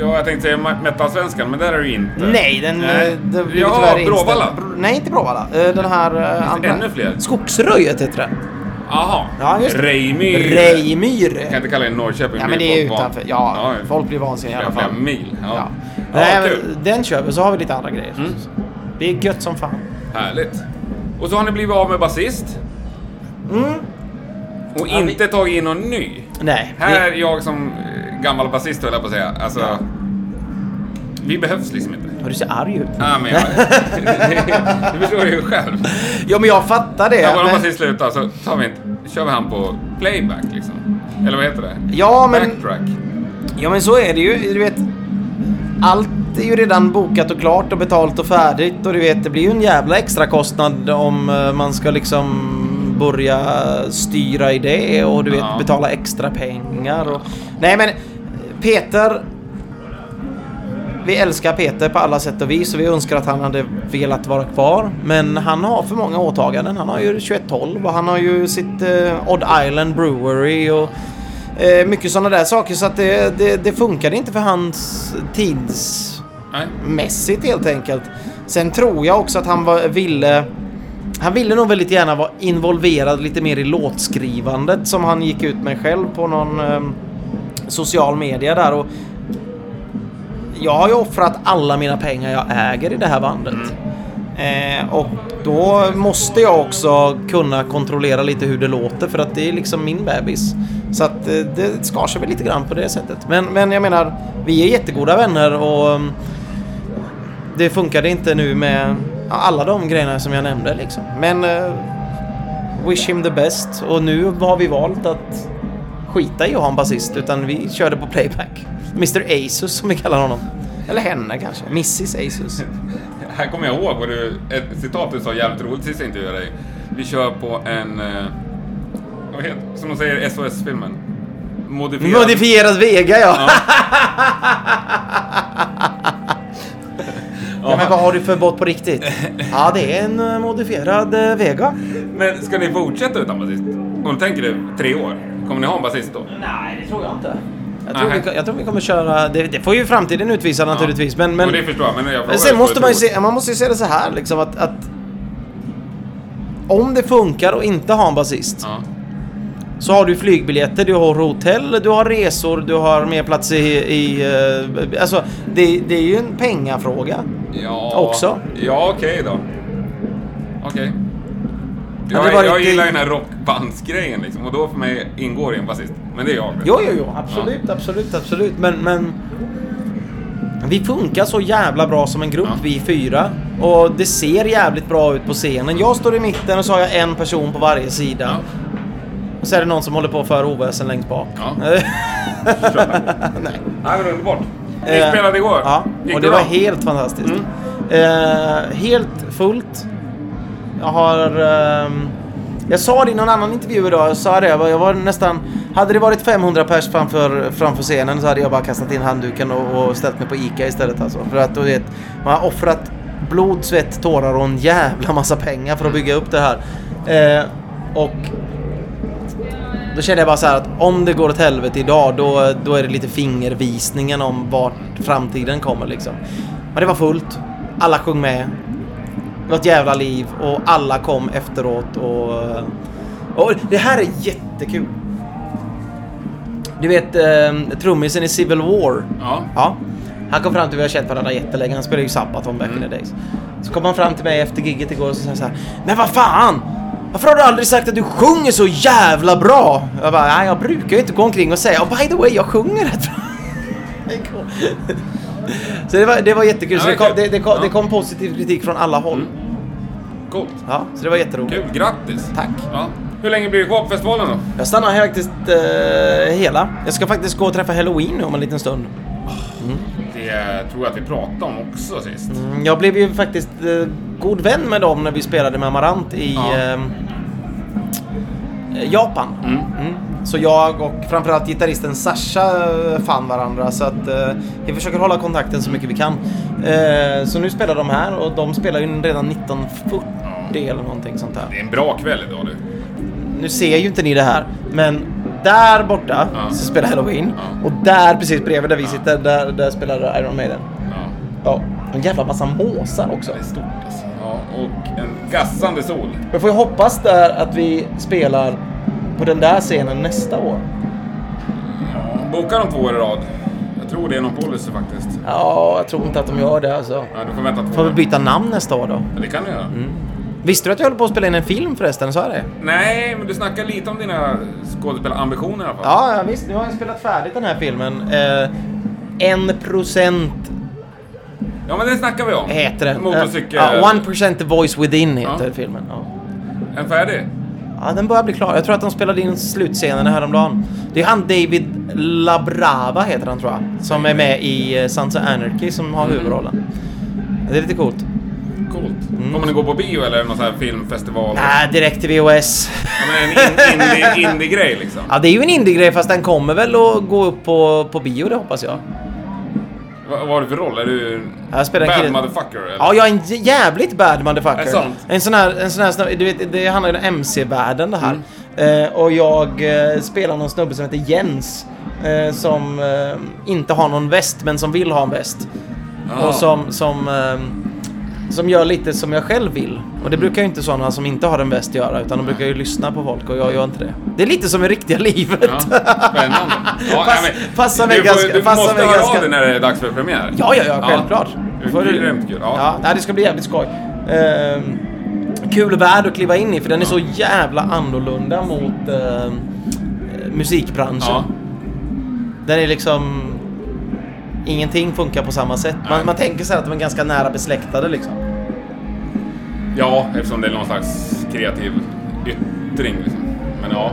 Speaker 1: Ja, jag tänkte säga Ma- Metalsvenskan, men där är det ju inte.
Speaker 8: Nej, den...
Speaker 1: Nej.
Speaker 8: eh, den blev
Speaker 1: Ja,
Speaker 8: tyvärr inställd.
Speaker 1: Bråvalla.
Speaker 8: Br- Nej, inte Bråvalla. Eh, Den här... eh, andra.
Speaker 1: ännu fler?
Speaker 8: Skogsröjet heter den.
Speaker 1: Jaha.
Speaker 8: Ja, just det.
Speaker 1: Rejmyr.
Speaker 8: Rejmyr.
Speaker 1: Jag kan inte kalla det Norrköping.
Speaker 8: Ja,
Speaker 1: det
Speaker 8: men det
Speaker 1: ju
Speaker 8: är
Speaker 1: folk van-
Speaker 8: utanför. Ja,
Speaker 1: ja.
Speaker 8: folk blir vansinniga i alla
Speaker 1: Flera, flera
Speaker 8: fall.
Speaker 1: mil. Ja.
Speaker 8: Ja.
Speaker 1: ja.
Speaker 8: Nej, men
Speaker 1: kul. Mm.
Speaker 8: den kör vi, så har vi lite andra grejer. Det är gött som fan.
Speaker 1: Härligt. Och så har ni blivit av med basist.
Speaker 8: Mm.
Speaker 1: Och inte tagit in någon ny.
Speaker 8: Nej.
Speaker 1: Här är jag som eh, gammal basist höll jag på att säga. Alltså, vi behövs liksom inte.
Speaker 8: Det, du ser arg ut.
Speaker 1: Ah, men jag, du förstår ju själv.
Speaker 8: Ja, men jag fattar det.
Speaker 1: När vår
Speaker 8: men...
Speaker 1: basist slutar så tar vi inte, kör vi han på playback liksom. Eller vad heter det?
Speaker 8: Ja, men-
Speaker 1: Backtrack.
Speaker 8: Ja men så är det ju. Du vet, allt är ju redan bokat och klart och betalt och färdigt och du vet det blir ju en jävla extra kostnad om eh, man ska liksom börja styra i det och du vet
Speaker 1: Ja.
Speaker 8: betala extra pengar och... Nej men Peter vi älskar Peter på alla sätt och vis och vi önskar att han hade velat vara kvar. Men han har för många åtaganden. Han har ju 2112 och han har ju sitt eh, Odd Island Brewery och eh, mycket sådana där saker. Så att det, det, det funkade inte för hans tidsmässigt
Speaker 1: Nej.
Speaker 8: helt enkelt. Sen tror jag också att han var, ville han ville nog väldigt gärna vara involverad lite mer i låtskrivandet som han gick ut med själv på någon eh, social media där och jag har ju offrat alla mina pengar jag äger i det här bandet. Eh, och då måste jag också kunna kontrollera lite hur det låter för att det är liksom min bebis. Så att eh, det skar sig väl lite grann på det sättet. Men, men jag menar, vi är jättegoda vänner och mm, det funkade inte nu med alla de grejerna som jag nämnde liksom. Men eh, wish him the best och nu har vi valt att skita i att ha en basist utan vi körde på playback. Mr Asus som vi kallar honom. Eller henne kanske. Mrs Asus.
Speaker 1: Här kommer jag ihåg vad du, ett citat du sa jävligt roligt sist jag intervjuade dig. Vi kör på en, eh, vad heter som de säger i SOS-filmen. Modifierad.
Speaker 8: Modifierad Vega ja. ja. Men vad har du för båt på riktigt? Ja det är en eh, modifierad eh, Vega.
Speaker 1: Men ska ni fortsätta utan basist? Om du tänker det, tre år. Kommer ni ha en basist då?
Speaker 8: Nej det tror jag inte. Jag tror,
Speaker 1: Nej.
Speaker 8: vi, jag tror vi kommer köra, det, det får ju framtiden utvisa naturligtvis men... men
Speaker 1: Och det förstår jag, men jag frågar
Speaker 8: Men
Speaker 1: dig
Speaker 8: sen
Speaker 1: på
Speaker 8: måste
Speaker 1: ett
Speaker 8: man ju
Speaker 1: ord.
Speaker 8: se, man måste ju se det så här liksom att, att om det funkar och inte ha en basist
Speaker 1: Ja.
Speaker 8: så har du flygbiljetter, du har hotell, du har resor, du har mer plats i... i eh, alltså det, det är ju en pengafråga.
Speaker 1: Ja.
Speaker 8: Också.
Speaker 1: Ja, okej då. Okej.
Speaker 8: Hade
Speaker 1: Jag,
Speaker 8: varit
Speaker 1: jag
Speaker 8: i-
Speaker 1: gillar ju den här rockbandsgrejen liksom och då för mig ingår det en basist. Men det är jag.
Speaker 8: Jo, jo, jo, absolut, absolut, absolut. Men, men... Vi funkar så jävla bra som en grupp,
Speaker 1: Ja.
Speaker 8: vi fyra. Och det ser jävligt bra ut på scenen. Jag står i mitten och så har jag en person på varje sida.
Speaker 1: Ja.
Speaker 8: Och så är det någon som håller på för oväsen längst bak.
Speaker 1: Ja.
Speaker 8: Nej.
Speaker 1: Nej, men underbart. Ni
Speaker 8: Eh,
Speaker 1: spelade igår.
Speaker 8: Ja,
Speaker 1: Gick
Speaker 8: och det
Speaker 1: bra? Mm.
Speaker 8: var helt fantastiskt. Eh, helt fullt. Jag har... ehm, jag sa det i någon annan intervju idag, jag sa det, jag var, jag var nästan... Hade det varit 500 pers framför, framför scenen så hade jag bara kastat in handduken och, och ställt mig på ICA istället alltså. För att du vet, man har offrat blod, svett, tårar och en jävla massa pengar för att bygga upp det här. Eh, och då kände jag bara så här att om det går åt helvete idag då, då är det lite fingervisningen om vart framtiden kommer liksom. Men det var fullt. Alla sjöng med. Det var ett jävla liv och alla kom efteråt eh, och... och det här är jättekul. Du vet eh, trummisen i Civil War.
Speaker 1: Ja.
Speaker 8: Ja. Han kom fram till mig, vi har känt varandra jättelänge, han spelade ju Sabaton back in the days. Så kom han fram till mig efter gigget igår och så sa han så här, Men vad fan! Varför har du aldrig sagt att du sjunger så jävla bra? Jag bara, nej jag brukar ju inte gå omkring och säga, oh, by the way, jag sjunger rätt bra. Det är coolt. så det var, det var jättekul, så
Speaker 1: Ja,
Speaker 8: det kom,
Speaker 1: kul.
Speaker 8: det, det, kom,
Speaker 1: Ja. Mm.
Speaker 8: det kom positiv kritik från alla håll.
Speaker 1: Coolt.
Speaker 8: Ja, så det var jätteroligt.
Speaker 1: Kul, grattis.
Speaker 8: Tack.
Speaker 1: Ja. Hur länge blir det kvar på festivalen då?
Speaker 8: Jag stannar här faktiskt eh, hela. Jag ska faktiskt gå och träffa Halloween nu om en liten stund.
Speaker 1: Det vi eh, tror att vi pratade om också sist.
Speaker 8: Mm, Jag blev ju faktiskt eh, god vän med dem när vi spelade med Amarant i eh, Japan. Mm. Så jag och framförallt gitarristen Sasha eh, fann varandra så att eh, vi försöker hålla kontakten så mycket vi kan. Eh, så nu spelar de här och de spelar ju redan 1940 eller någonting sånt där.
Speaker 1: Det är en bra kväll idag du.
Speaker 8: Nu ser ju inte ni det här, men där borta
Speaker 1: Ja.
Speaker 8: så spelar Halloween
Speaker 1: Ja.
Speaker 8: och där precis bredvid där vi sitter, där, där spelar Iron Maiden.
Speaker 1: Ja.
Speaker 8: Ja, en jävla massa måsar också.
Speaker 1: Det är stort alltså. Ja, och en gassande sol.
Speaker 8: Men får jag hoppas där att vi spelar på den där scenen nästa år?
Speaker 1: Boka de två år i rad. Jag tror det är någon policy faktiskt.
Speaker 8: Ja, jag tror inte att de gör det alltså.
Speaker 1: Ja, du får vänta två
Speaker 8: Får vi
Speaker 1: år.
Speaker 8: byta namn nästa år då? Mm.
Speaker 1: Ja, det kan du göra.
Speaker 8: Visste du att jag håller på att spela in en film förresten? Så är det.
Speaker 1: Nej, men du snackar lite om dina skådespelarambitioner i alla fall.
Speaker 8: Ja, ja, visst. Nu har jag spelat färdigt den här filmen. Eh, En procent
Speaker 1: Ja, men det snackar vi om.
Speaker 8: heter den.
Speaker 1: Motorcykel...
Speaker 8: Ja, One Percent The Voice Within heter
Speaker 1: Ja.
Speaker 8: filmen. Ja.
Speaker 1: En färdig?
Speaker 8: ja, den börjar bli klar. Jag tror att de spelade in slutscenerna häromdagen. Det är han David Labrava heter han tror jag. Som är med i eh, Sons of Anarchy som har
Speaker 1: Mm.
Speaker 8: huvudrollen. Det är lite coolt.
Speaker 1: Coolt. Kommer ni gå på bio eller någon sån här filmfestival?
Speaker 8: Nej, Äh, direkt till VHS.
Speaker 1: Ja, men en in, indie, indie-grej liksom.
Speaker 8: Ja, det är ju en indie-grej fast den kommer väl att gå upp på, på bio, det hoppas jag.
Speaker 1: Vad vad har du för roll? Är du...
Speaker 8: Jag spelar en
Speaker 1: bad
Speaker 8: kille-
Speaker 1: motherfucker eller?
Speaker 8: Ja, jag är en j- jävligt bad motherfucker.
Speaker 1: Är det sant?
Speaker 8: En sån här, en sån här snubbe, du vet, det handlar ju om MC-världen det här. Eh, och jag eh, spelar någon snubbe som heter Jens. Eh, som eh, inte har någon väst, men som vill ha en väst.
Speaker 1: Ja.
Speaker 8: Och som, som, eh, som gör lite som jag själv vill. Och det brukar ju inte sådana som inte har en väst göra, utan de brukar ju lyssna på folk och jag gör inte det. Det är lite som i riktiga livet.
Speaker 1: Ja, spännande. Ja,
Speaker 8: Pass-
Speaker 1: nej, men-
Speaker 8: passar mig
Speaker 1: du får-
Speaker 8: ganska-
Speaker 1: Du
Speaker 8: passar
Speaker 1: måste
Speaker 8: mig
Speaker 1: höra
Speaker 8: ganska-
Speaker 1: av dig när det är dags för premiär.
Speaker 8: Ja, ja, ja, självklart.
Speaker 1: Det
Speaker 8: Får
Speaker 1: är
Speaker 8: du-
Speaker 1: grymt kul. Ja.
Speaker 8: Ja, nej, det ska bli jävligt skoj. Ehm, kul värld att kliva in i för den är så jävla annorlunda mot ehm, musikbranschen.
Speaker 1: Ja.
Speaker 8: Den är liksom... Ingenting funkar på samma sätt. Man,
Speaker 1: Nej.
Speaker 8: man tänker sig att de är ganska nära besläktade liksom.
Speaker 1: ja, eftersom det är någon slags kreativ yttring liksom. Men ja.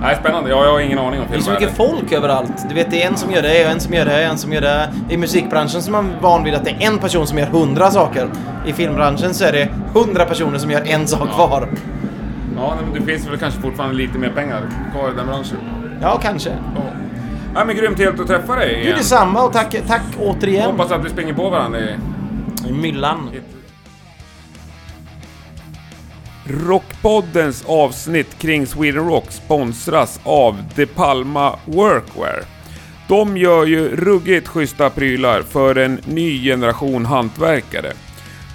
Speaker 1: Nej, spännande. Ja, jag har ingen aning om
Speaker 8: Det är så
Speaker 1: filmvärlden.
Speaker 8: mycket folk överallt. Du vet, det är en som gör det, och en som gör det, och en som gör det. I musikbranschen så är man van vid att det är en person som gör hundra saker. I filmbranschen så är det hundra personer som gör en sak
Speaker 1: Ja.
Speaker 8: var.
Speaker 1: Ja, nej, men det finns väl kanske fortfarande lite mer pengar kvar i den branschen.
Speaker 8: Ja, kanske.
Speaker 1: Ja. Nej, men grymt helt att träffa dig
Speaker 8: Du,
Speaker 1: igen.
Speaker 8: detsamma och tack, tack återigen.
Speaker 1: Hoppas att vi springer på varandra i...
Speaker 8: I myllan.
Speaker 1: Rockpoddens avsnitt kring Sweden Rock sponsras av De Palma Workwear. De gör ju ruggigt schyssta prylar för en ny generation hantverkare.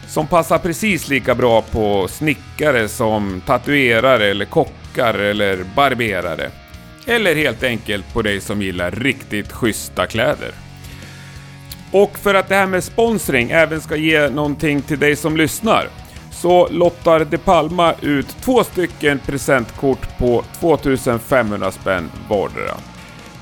Speaker 1: Som passar precis lika bra på snickare som tatuerare eller kockar eller barberare. Eller helt enkelt på dig som gillar riktigt schyssta kläder. Och för att det här med sponsring även ska ge någonting till dig som lyssnar så lottar De Palma ut två stycken presentkort på 2500 spänn vardera.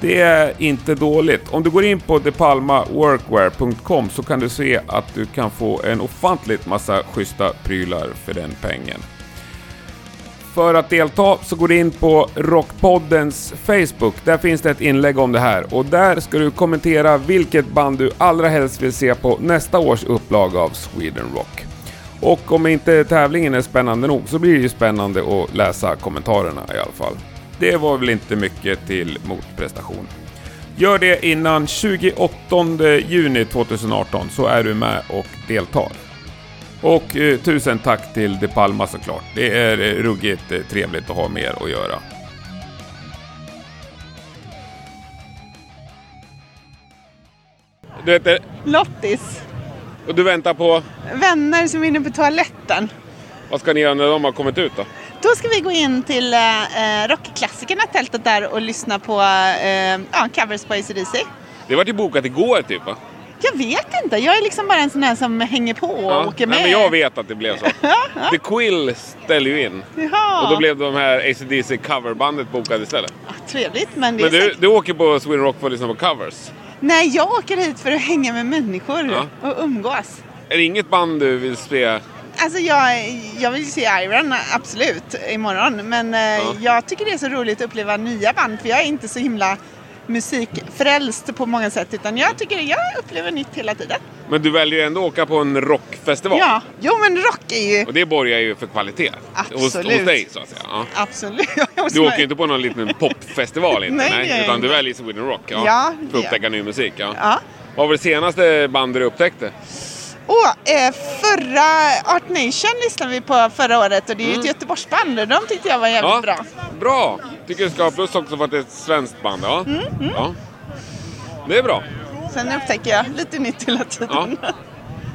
Speaker 1: Det är inte dåligt. Om du går in på depalmaworkwear.com så kan du se att du kan få en ofantligt massa schyssta prylar för den pengen. För att delta så går du in på Rockpoddens Facebook. Där finns det ett inlägg om det här och där ska du kommentera vilket band du allra helst vill se på nästa års upplaga av Sweden Rock. Och om inte tävlingen är spännande nog så blir det ju spännande att läsa kommentarerna i alla fall. Det var väl inte mycket till motprestation. Gör det innan 28 juni 2018 så är du med och deltar. Och eh, tusen tack till De Palma såklart. Det är eh, ruggigt eh, trevligt att ha med er att göra. Du heter...
Speaker 9: Lottis.
Speaker 1: Och du väntar på...
Speaker 9: Vänner som är inne på toaletten.
Speaker 1: Vad ska ni göra när de har kommit ut då?
Speaker 9: Då ska vi gå in till eh, eh, rockklassikerna-tältet där och lyssna på eh, ja, covers på ACDC.
Speaker 1: Det var ju bokat igår typ va?
Speaker 9: Jag vet inte, jag är liksom bara en sån här som hänger på och åker med.
Speaker 1: Nej, men jag vet att det blev så. The Quill ställde ju in.
Speaker 9: Jaha.
Speaker 1: Och då blev de här ACDC coverbandet bokade istället.
Speaker 9: ja, ah, trevligt, men det
Speaker 1: Men
Speaker 9: är
Speaker 1: du,
Speaker 9: säkert-
Speaker 1: du åker på Sweden Rock för att lyssna på covers.
Speaker 9: Nej, jag åker hit för att hänga med människor
Speaker 1: Ja.
Speaker 9: och umgås.
Speaker 1: Är det inget band du vill se?
Speaker 9: Alltså jag, jag vill ju se Iron, absolut, imorgon. Men eh, jag tycker det är så roligt att uppleva nya band för jag är inte så himla musikfrälst på många sätt utan jag tycker jag upplever nytt hela tiden.
Speaker 1: Men du väljer ju ändå att åka på en rockfestival.
Speaker 9: Ja, jo men rock är ju
Speaker 1: Och det borgar ju för kvalitet. Hos, hos
Speaker 9: Absolut.
Speaker 1: dig så att säga. Ja.
Speaker 9: absolut... Jag måste
Speaker 1: Du åker
Speaker 9: bara-
Speaker 1: ju inte på någon liten popfestival inte,
Speaker 9: Nej, det gör jag
Speaker 1: utan du
Speaker 9: inte.
Speaker 1: väljer Sweden Rock ja,
Speaker 9: Ja, det
Speaker 1: för att
Speaker 9: gör
Speaker 1: upptäcka ny musik. Ja.
Speaker 9: Ja.
Speaker 1: Vad var det senaste bandet du upptäckte?
Speaker 9: Och eh, förra Art Nation lyssnade vi på förra året och det är ju ett Göteborgsband och de tyckte jag var jävligt
Speaker 1: Mm. Ja.
Speaker 9: bra.
Speaker 1: Bra! Tycker du ska ha plus också för att det är ett svenskt band. Ja.
Speaker 9: Mm,
Speaker 1: Ja. Det är bra.
Speaker 9: Sen upptäcker jag lite nytt hela tiden. Ja,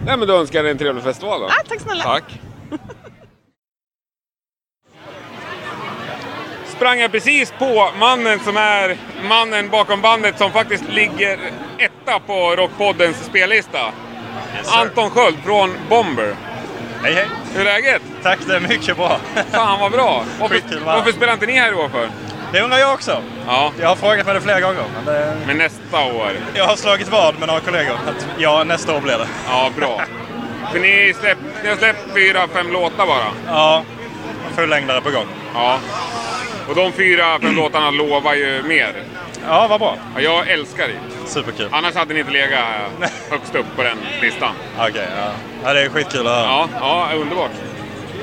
Speaker 1: Nej, men då önskar jag dig en trevlig festival då.
Speaker 9: tack snälla.
Speaker 1: Tack. Sprang jag precis på mannen som är mannen bakom bandet som faktiskt ligger etta på Rockpoddens spellista. Anton Sköld från Bomber.
Speaker 10: Hej hej!
Speaker 1: Hur är läget?
Speaker 10: Tack, det är mycket bra.
Speaker 1: Fan vad bra! Varför,
Speaker 10: Skitkul att vara här.
Speaker 1: varför spelar inte ni här i år för?
Speaker 10: Det undrar jag också.
Speaker 1: Ja,
Speaker 10: Jag har frågat mig det flera gånger. Men det...
Speaker 1: men nästa år.
Speaker 10: Jag har slagit vad med några kollegor. Att ja, nästa år blir det.
Speaker 1: Ja, bra. För ni, släpp, ni har släppt fyra, fem låtar bara.
Speaker 10: Ja, fullängdare på gång.
Speaker 1: Ja. Och de fyra, fem låtarna lovar ju mer.
Speaker 10: Ja, vad bra.
Speaker 1: Ja, jag älskar det.
Speaker 10: Superkul.
Speaker 1: Annars hade ni inte legat högst upp på den listan.
Speaker 10: Okej, ja. ja. Det är skitkul att höra.
Speaker 1: Ja, ja underbart.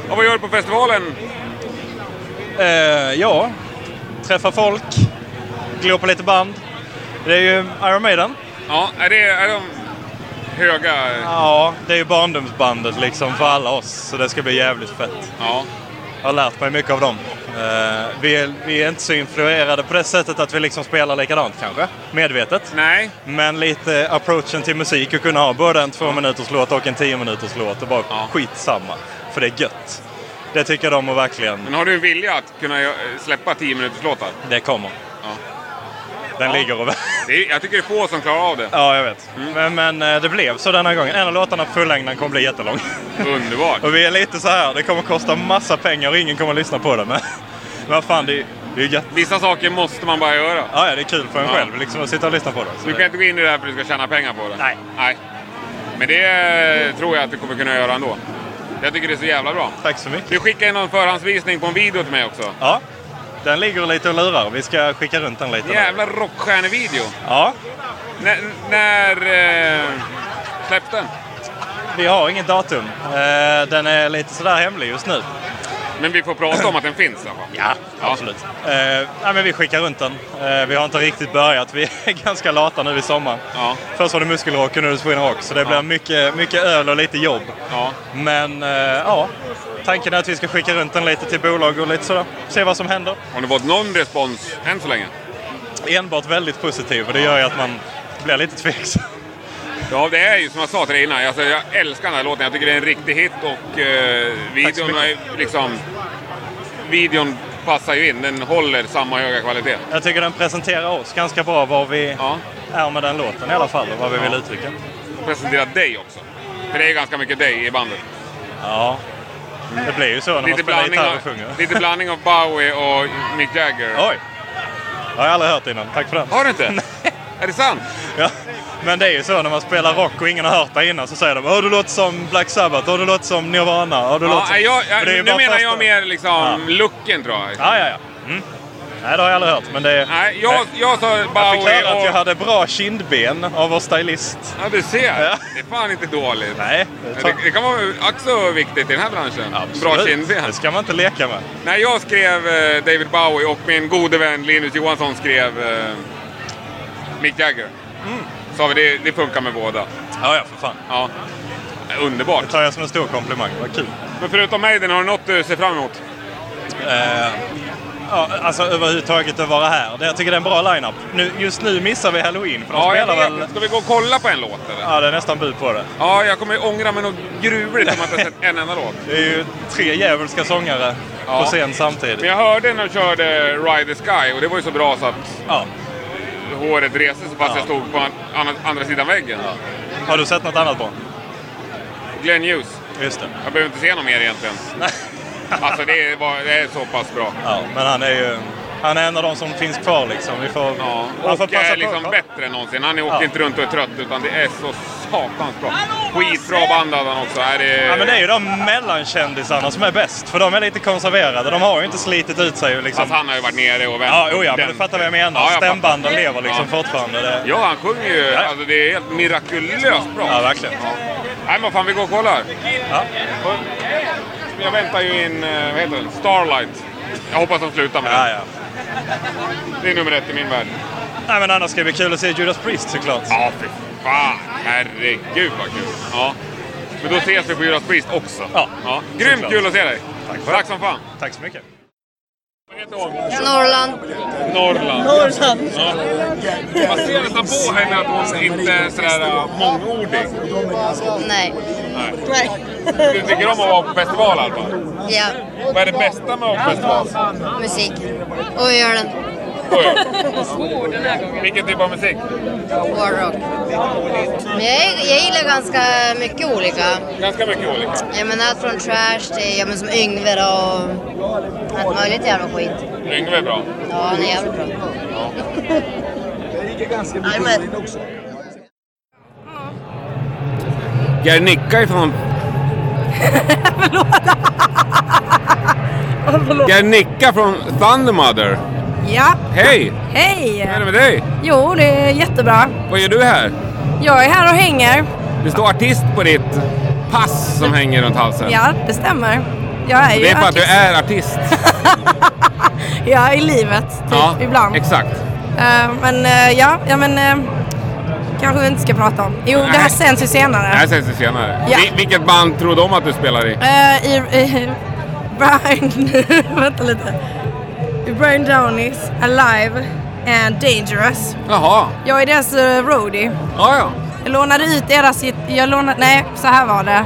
Speaker 1: Och vad gör du på festivalen?
Speaker 10: Eh, ja, träffa folk, glor på lite band. Det är ju Iron Maiden.
Speaker 1: Ja, är, det, är de höga?
Speaker 10: Ja, det är ju barndomsbandet liksom för alla oss. Så det ska bli jävligt fett.
Speaker 1: Ja.
Speaker 10: Jag har lärt mig mycket av dem. Eh, vi, är, vi är inte så influerade på det sättet att vi liksom spelar likadant kanske. Medvetet.
Speaker 1: Nej.
Speaker 10: Men lite approachen till musik och kunna ha både en två minuters låt och en tio minuters låt och bara skitsamma. För det är gött. Det tycker de och verkligen.
Speaker 1: Men har du en vilja att kunna eh, släppa 10 minuters låtar?
Speaker 10: Det kommer. Den ligger och
Speaker 1: Det är, jag tycker det är få som klarar av det.
Speaker 10: Ja, jag vet. Men, men eh, det blev så denna gången. En av låtarna på fullängden kommer bli jättelång.
Speaker 1: Underbart.
Speaker 10: Och vi är lite så här, det kommer kosta massa pengar och ingen kommer lyssna på det. Men vad fan, det är, det är gött.
Speaker 1: Vissa saker måste man bara göra.
Speaker 10: Ja, ja, det är kul för en
Speaker 1: Ja.
Speaker 10: själv liksom, att sitta och lyssna på det. Så
Speaker 1: Du
Speaker 10: det-
Speaker 1: kan inte gå in i det här för att du ska tjäna pengar på det.
Speaker 10: Nej.
Speaker 1: Nej. Men det eh, tror jag att du kommer kunna göra ändå. Jag tycker det är så jävla bra.
Speaker 10: Tack så mycket.
Speaker 1: Du skickade in någon förhandsvisning på en video till mig också.
Speaker 10: Ja, den ligger lite och lurar. Vi ska skicka runt den lite. nu.
Speaker 1: Jävla rockstjärnevideo.
Speaker 10: Ja,
Speaker 1: N- när eh, släppte den?
Speaker 10: vi har inget datum. Eh, Den är lite sådär hemlig just nu.
Speaker 1: Men vi får prata om att den finns i alla fall.
Speaker 10: Ja, absolut. Eh, nej, men vi skickar runt den. Eh, vi har inte riktigt börjat. Vi är ganska lata nu i sommar.
Speaker 1: Ja.
Speaker 10: Först var det muskelrock och nu är det Sweden Rock. Så det blir mycket, mycket öl och lite jobb.
Speaker 1: Ja.
Speaker 10: Men eh, ja, tanken är att vi ska skicka runt den lite till bolag och lite sådär. Se vad som händer.
Speaker 1: Har ni fått någon respons än så länge?
Speaker 10: Enbart väldigt positiv och det gör ju att man blir lite tveksam.
Speaker 1: Ja, det är ju som jag sa till dig innan. Alltså, jag älskar den här låten. Jag tycker det är en riktig hit och eh,
Speaker 10: så
Speaker 1: videon,
Speaker 10: mycket.
Speaker 1: är, liksom, videon passar ju in. Den håller samma höga kvalitet.
Speaker 10: Jag tycker den presenterar oss ganska bra var vi
Speaker 1: Ja.
Speaker 10: är med den låten i alla fall och vad vi vill uttrycka.
Speaker 1: Presentera dig också. För det är ganska mycket dig i bandet.
Speaker 10: Ja, det blir ju så när man
Speaker 1: Mm. Lite
Speaker 10: spelar
Speaker 1: blandning,
Speaker 10: gitarr och
Speaker 1: av,
Speaker 10: sjunger.
Speaker 1: lite blandning av Bowie och Mick Jagger.
Speaker 10: Oj! Det har jag aldrig hört innan. Tack för den.
Speaker 1: Har du inte? är det sant?
Speaker 10: Ja. Men det är ju så när man spelar rock och ingen har hört det innan så säger de Åh, du låter som Black Sabbath, Åh, du låter som Nirvana, Åh, du låter
Speaker 1: Ja,
Speaker 10: som...
Speaker 1: jag,
Speaker 10: Men det är ju
Speaker 1: jag, nu
Speaker 10: bara
Speaker 1: menar
Speaker 10: första-
Speaker 1: jag mer liksom
Speaker 10: Ja.
Speaker 1: looken tror jag.
Speaker 10: Ja, ja, ja. Mm. Nej, det har jag aldrig hört. Men det är...
Speaker 1: Nej, jag, jag sa
Speaker 10: Jag fick
Speaker 1: Bowie
Speaker 10: höra att jag
Speaker 1: och...
Speaker 10: hade bra kindben av vår stylist.
Speaker 1: Ja, du ser.
Speaker 10: Ja.
Speaker 1: Det är fan inte dåligt.
Speaker 10: Nej,
Speaker 1: Det, det kan vara också viktigt i den här branschen. Bra
Speaker 10: Absolut.
Speaker 1: kindben.
Speaker 10: Det ska man inte leka med.
Speaker 1: När jag skrev eh, David Bowie och min gode vän Linus Johansson skrev eh, Mick Jagger. Sa vi, det, det funkar med båda.
Speaker 10: Mm. Ja, ja, för fan.
Speaker 1: Ja. Underbart.
Speaker 10: Det tar jag som en stor komplimang. Vad kul.
Speaker 1: Men förutom Maiden, har du något du ser fram emot?
Speaker 10: Eh, ja, alltså överhuvudtaget att vara här. Det- Jag tycker det är en bra line-up. Nu, just nu missar vi halloween för de
Speaker 1: Ja, jag
Speaker 10: spelar
Speaker 1: vet.
Speaker 10: väl...
Speaker 1: Ska vi gå och kolla på en låt eller?
Speaker 10: Ja, det är nästan bud på det.
Speaker 1: Ja, jag kommer ångra mig något gruvligt om jag inte har sett en enda låt.
Speaker 10: Det är ju tre djävulska sångare
Speaker 1: Ja.
Speaker 10: på scen
Speaker 1: Men
Speaker 10: samtidigt.
Speaker 1: jag hörde när de körde Ride the Sky och det var ju så bra så att
Speaker 10: Ja.
Speaker 1: håret reste sig fast
Speaker 10: Ja.
Speaker 1: jag stod på an- an- andra sidan väggen.
Speaker 10: Har du sett något annat bra?
Speaker 1: Glenn Hughes.
Speaker 10: Just det.
Speaker 1: Jag behöver inte se någon mer egentligen. Alltså det, var, det är så pass bra.
Speaker 10: Ja, men han är ju... Han är en av de som finns kvar liksom. Vi får...
Speaker 1: Ja.
Speaker 10: man får
Speaker 1: Och
Speaker 10: passa
Speaker 1: är
Speaker 10: på.
Speaker 1: liksom bättre än någonsin. Han åker
Speaker 10: Ja.
Speaker 1: inte runt och är trött utan det är så Satans bra. Skitbra band hade han också. Är det...
Speaker 10: Ja, men det är ju de mellankändisarna som är bäst, för de är lite konserverade. De har ju inte slitit ut sig. Liksom.
Speaker 1: Fast han har ju varit nere och vänt.
Speaker 10: Ja, oh ja, men du fattar vad jag menar.
Speaker 1: Ja, jag fattar.
Speaker 10: Stämbanden lever liksom fortfarande. Det...
Speaker 1: Ja, han sjunger ju. Alltså, det är helt mirakulöst bra.
Speaker 10: Ja, verkligen.
Speaker 1: Nej, men fan vi går och kollar. Och Jag väntar ju in, eh, vad heter den? Starlight. Jag hoppas de slutar med det. Det är nummer ett i min värld.
Speaker 10: Nej, men annars ska det bli kul att se Judas Priest såklart.
Speaker 1: Ja, fy fan. Herregud vad kul. Ja. Men då ses vi på Judas Priest också. Ja. Grymt
Speaker 10: såklart.
Speaker 1: kul att se dig.
Speaker 10: Tack
Speaker 1: för Tack som fan.
Speaker 10: Tack så mycket.
Speaker 11: Norrland.
Speaker 1: Norrland.
Speaker 11: Norrland.
Speaker 1: Ja. Man ser nästan på henne att hon inte är sådär äh, mångordig.
Speaker 11: Nej.
Speaker 1: Nej.
Speaker 11: Nej.
Speaker 1: Du tycker om att vara på festival i alla fall?
Speaker 11: Ja,
Speaker 1: Vad är det bästa med att vara på festival?
Speaker 11: musiken. Och gör den.
Speaker 1: Vilken typ av musik?
Speaker 11: Warrock. Men jag, jag gillar ganska mycket olika.
Speaker 1: Ganska mycket olika.
Speaker 11: Jag menar allt från trash till ja, men som Yngve då, och allt möjligt jävla skit.
Speaker 1: Yngve är bra.
Speaker 11: Ja, han är jävligt bra. Armen.
Speaker 1: Jag nickar ifrån... Förlåt! Jag nickar från Thundermother.
Speaker 12: Ja,
Speaker 1: Hej!
Speaker 12: hej!
Speaker 1: Vad är det med dig?
Speaker 12: Jo, det är jättebra.
Speaker 1: Vad gör du här?
Speaker 12: Jag är här och hänger.
Speaker 1: Det står artist på ditt pass som hänger runt halsen.
Speaker 12: Ja, det stämmer. Jag är
Speaker 1: Och
Speaker 12: ju
Speaker 1: det är för att
Speaker 12: artist. Typ,
Speaker 1: du är artist.
Speaker 12: Ja, i livet. Typ, ibland.
Speaker 1: Exakt.
Speaker 12: Eh, men eh, ja, ja men... eh, kanske vi inte ska prata om. Jo, det här
Speaker 1: Nej.
Speaker 12: sänds ju senare.
Speaker 1: Det här sägs det senare.
Speaker 12: Ja.
Speaker 1: Vi, vilket band tror de att du spelar i?
Speaker 12: Eh, i, i, Brian... vänta lite. I Brian Downeys Alive and Dangerous.
Speaker 1: Jaha.
Speaker 12: Jag är deras eh, roadie.
Speaker 1: Ja, ja.
Speaker 12: Jag lånade ut deras... git- Jag lånade, nej, så här var det.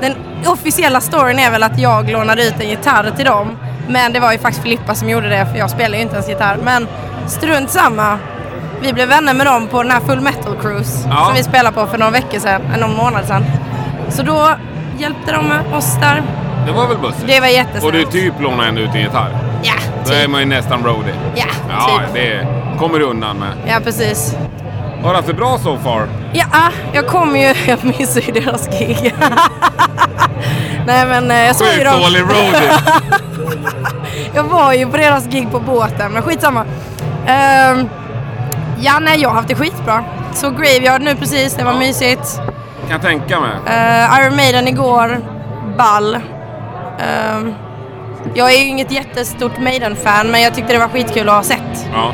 Speaker 12: Den officiella storyn är väl att jag lånade ut en gitarr till dem. Men det var ju faktiskt Filippa som gjorde det, för jag spelar ju inte ens gitarr. Men strunt samma. Vi blev vänner med dem på den här Full Metal Cruise
Speaker 13: Ja.
Speaker 12: som vi spelade på för några veckor sedan, eh, någon månad sedan. Så då hjälpte de oss där.
Speaker 1: Det var väl bussigt?
Speaker 12: Det var jättesnällt.
Speaker 1: Och du typ lånar en ut en gitarr?
Speaker 12: Ja,
Speaker 1: Då är man ju nästan roadie.
Speaker 12: Ja,
Speaker 1: Ja,
Speaker 12: typ.
Speaker 1: det kommer du undan med.
Speaker 12: Ja, precis.
Speaker 1: Har du haft det bra so far?
Speaker 12: Ja, ah, jag kom ju... Jag missade ju deras gig. Nej, men eh, jag såg ju
Speaker 1: Sjukt
Speaker 12: dem...
Speaker 1: dålig roadie.
Speaker 12: Jag var ju på deras gig på båten, men skitsamma. Ehm, ja, nej, jag har haft det skitbra. Så Graveyard nu precis, det var mysigt.
Speaker 1: Kan jag tänka mig.
Speaker 12: Uh, Iron Maiden igår, ball. Ehm, jag är ju inget jättestort Maiden-fan, men jag tyckte det var skitkul att ha sett.
Speaker 1: Ja.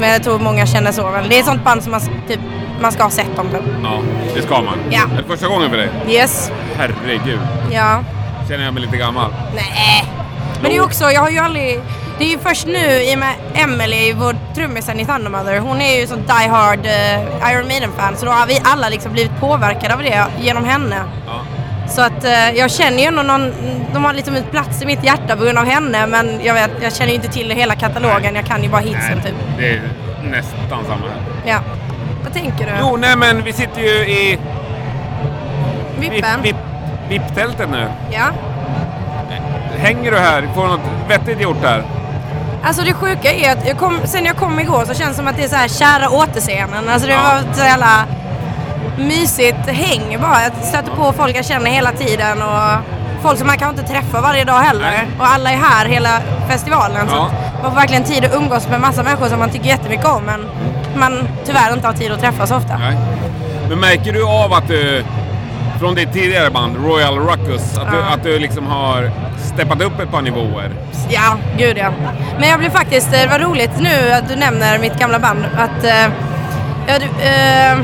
Speaker 12: Men jag tror många känner så väl. Det är ett sånt band som man, s- typ, man ska ha sett om typ.
Speaker 1: Ja, det ska man.
Speaker 12: Ja.
Speaker 1: Är det första gången för dig?
Speaker 12: Yes,
Speaker 1: Herregud.
Speaker 12: ja.
Speaker 1: Känner jag mig lite gammal.
Speaker 12: Nej. Men det är ju också, jag har ju aldrig... Det är ju först nu i och med Emily, vår trummisen i Thundermother, hon är ju sån die hard eh, Iron Maiden-fan så då har vi alla liksom blivit påverkade av det genom henne.
Speaker 1: Ja.
Speaker 12: Så att eh, jag känner ju ändå någon, de har liksom en plats i mitt hjärta på grund av henne men jag, vet, jag känner ju inte till hela katalogen, jag kan ju bara hitsen typ.
Speaker 1: Det är nästan samma här.
Speaker 12: Ja. Vad tänker du?
Speaker 1: Jo, nej men vi sitter ju i
Speaker 12: Vippen?
Speaker 1: vipp- VIP-tältet nu.
Speaker 12: Ja.
Speaker 1: Hänger du här? Får du något vettigt gjort här?
Speaker 12: Alltså det sjuka är att jag kom, sen jag kom igår så känns det som att det är så här kära återseenden. Alltså det
Speaker 1: Ja.
Speaker 12: var ett så jävla mysigt häng bara. Jag stöter på folk jag känner hela tiden och folk som man kanske inte träffar varje dag heller. Och alla är här hela festivalen. Så
Speaker 1: Ja.
Speaker 12: att man får verkligen tid att umgås med massa människor som man tycker jättemycket om men man tyvärr inte har tid att träffa så ofta.
Speaker 1: Nej. Men märker du av att du, från ditt tidigare band Royal Ruckus, att, du,
Speaker 12: Ja.
Speaker 1: att du liksom har steppat upp ett par nivåer?
Speaker 12: Ja, gud ja. Men jag blev faktiskt, det var roligt nu att du nämner mitt gamla band. Att, eh, ja, du, eh,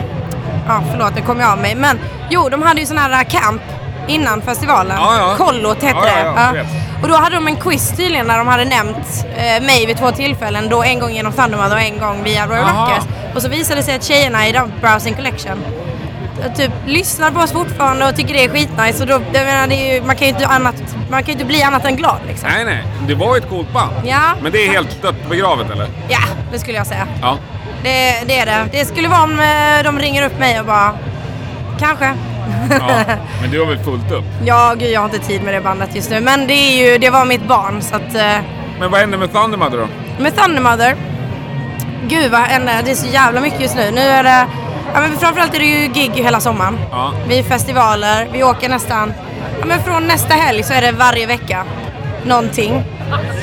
Speaker 12: ja, förlåt nu kom jag av mig. Men jo, de hade ju sån här eh, camp innan festivalen.
Speaker 13: Ja, ja.
Speaker 12: Kollot hette
Speaker 13: Ja, ja,
Speaker 12: det.
Speaker 13: ja, jag vet.
Speaker 12: Och då hade de en quiz tydligen när de hade nämnt eh, mig vid två tillfällen. Då en gång genom Thunderman och en gång via Royal
Speaker 13: Jaha.
Speaker 12: Rockers. Och så visade det sig att tjejerna i Dump Browsing Collection eh, typ lyssnar på oss fortfarande och tycker det är skitnice. Och då, jag menar, det är ju, man kan ju inte, annat, man kan ju inte bli annat än glad liksom.
Speaker 1: Nej, nej. Det var ju ett coolt band.
Speaker 12: Ja,
Speaker 1: Men det är helt dött och begravet eller?
Speaker 12: Ja, det skulle jag säga.
Speaker 1: Ja.
Speaker 12: Det, det är det. Det skulle vara om eh, de ringer upp mig och bara... Kanske.
Speaker 1: ja. Men du har väl fullt upp?
Speaker 12: ja, gud, jag har inte tid med det bandet just nu. Men det, är ju, det var mitt barn, så att... eh,
Speaker 1: Men vad händer med Thundermother då?
Speaker 12: Med Thundermother. Gud vad hände? Det är så jävla mycket just nu. Nu är det Ja, men framförallt är det ju gig hela sommaren.
Speaker 1: Ja.
Speaker 12: Vi är festivaler, vi åker nästan... Ja, men från nästa helg så är det varje vecka. Någonting.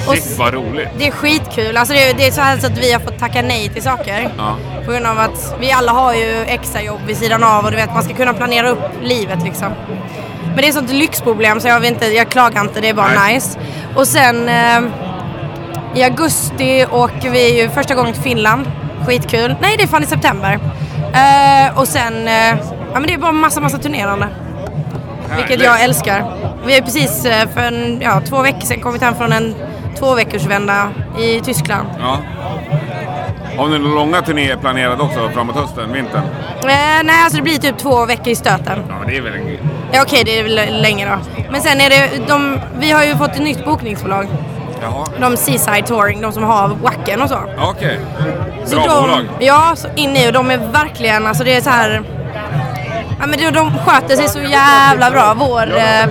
Speaker 12: Och
Speaker 1: Ah, Shit vad roligt.
Speaker 12: det är skitkul. Alltså det, är- det är så här så att vi har fått tacka nej till saker.
Speaker 1: Ja.
Speaker 12: På grund av att vi alla har ju extrajobb vid sidan av och du vet man ska kunna planera upp livet liksom. Men det är sånt lyxproblem så jag, vill inte, jag klagar inte, det är bara
Speaker 13: Nej.
Speaker 12: nice. Och sen eh, i augusti åker vi ju första gången till Finland. Skitkul. Nej det är fan i september. Eh, och sen, eh, ja men det är bara massa massa turnerande. Vilket jag älskar. Vi har precis eh, för en, ja, två veckor sedan kommit hem från en två veckors vända i Tyskland.
Speaker 1: Ja. Har ni några långa turnéer planerade också framåt hösten, vintern?
Speaker 12: Eh, nej, alltså det blir typ två veckor i stöten.
Speaker 1: Ja, men det är väl en...
Speaker 12: Ja, okej, det är väl länge då. Men sen är det, de, vi har ju fått ett nytt bokningsbolag.
Speaker 1: Jaha.
Speaker 12: De Seaside Touring, de som har Wacken och så.
Speaker 1: Ja, Okej.
Speaker 12: Så
Speaker 1: Bra
Speaker 12: de,
Speaker 1: bolag.
Speaker 12: Ja, så in i och de är verkligen, alltså det är så här... Ja men de, de sköter sig så jävla bra. Vår eh,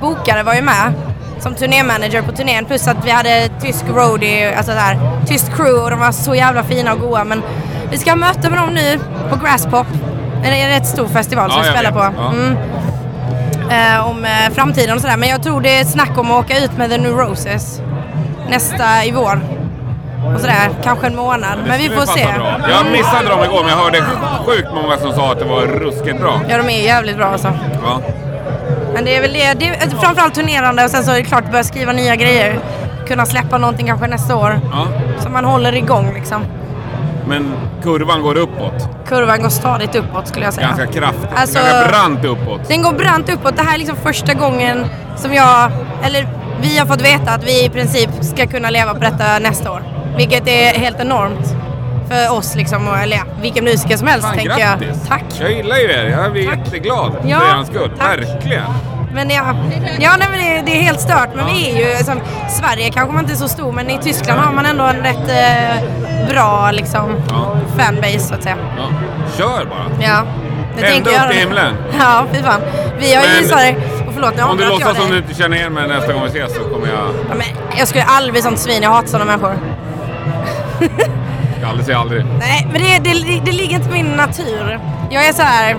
Speaker 12: bokare var ju med som turnémanager på turnén plus att vi hade tysk roadie, alltså där, tysk crew och de var så jävla fina och goa men vi ska ha möte med dem nu på Grasspop. Det är en rätt stor festival som
Speaker 13: Ja,
Speaker 12: vi
Speaker 13: jag
Speaker 12: spelar
Speaker 13: vet.
Speaker 12: på.
Speaker 13: Ja.
Speaker 12: Mm. Eh, om eh, framtiden och sådär men jag tror det är snack om att åka ut med The New Roses nästa i vår. Och sådär, kanske en månad. Men vi
Speaker 1: skulle
Speaker 12: får
Speaker 1: passa
Speaker 12: se.
Speaker 1: Bra. Jag missade dem igår, men jag hörde sjukt många som sa att det var ruskigt bra.
Speaker 12: Ja, de är jävligt bra alltså.
Speaker 1: Ja.
Speaker 12: Men det är väl det, det är alltså, framförallt turnerande och sen så är det klart börja skriva nya grejer. Kunna släppa någonting kanske nästa år.
Speaker 1: ja.
Speaker 12: Så man håller igång liksom.
Speaker 1: Men kurvan går uppåt.
Speaker 12: Kurvan går stadigt uppåt skulle jag säga.
Speaker 1: Ganska kraftigt.
Speaker 12: Alltså-
Speaker 1: Ganska brant uppåt.
Speaker 12: Den går brant uppåt. Det här är liksom första gången som jag, eller vi har fått veta att vi i princip ska kunna leva på detta nästa år. Vilket är helt enormt. För oss liksom, och- eller ja, vilken musiker som helst
Speaker 1: Fan,
Speaker 12: tänker jag.
Speaker 1: grattis.
Speaker 12: Tack!
Speaker 1: Jag gillar ju det. Jag blir jätteglad för
Speaker 12: Ja,
Speaker 1: er skull. Verkligen.
Speaker 12: Men ja, ja nej, men det, det är helt stört. Men vi är ju, liksom, Sverige kanske man inte är så stor, men i Tyskland har man ändå en rätt eh, bra liksom,
Speaker 1: Ja.
Speaker 12: fanbase så att säga.
Speaker 1: Ja. Kör bara.
Speaker 12: Ja, det
Speaker 1: Ända
Speaker 12: tänker jag.
Speaker 1: upp till himlen.
Speaker 12: Ja, fy fan. Vi har ju
Speaker 1: Men-
Speaker 12: så här, och förlåt nu
Speaker 1: Om du
Speaker 12: avbröt jag
Speaker 1: låtsas
Speaker 12: dig.
Speaker 1: som du inte känner igen mig nästa gång vi ses så kommer jag...
Speaker 12: Ja, men jag skulle aldrig bli sånt svin, jag hatar sådana människor.
Speaker 1: jag kan aldrig säga aldrig.
Speaker 12: Nej, men det, det, det ligger inte i min natur. Jag är så här.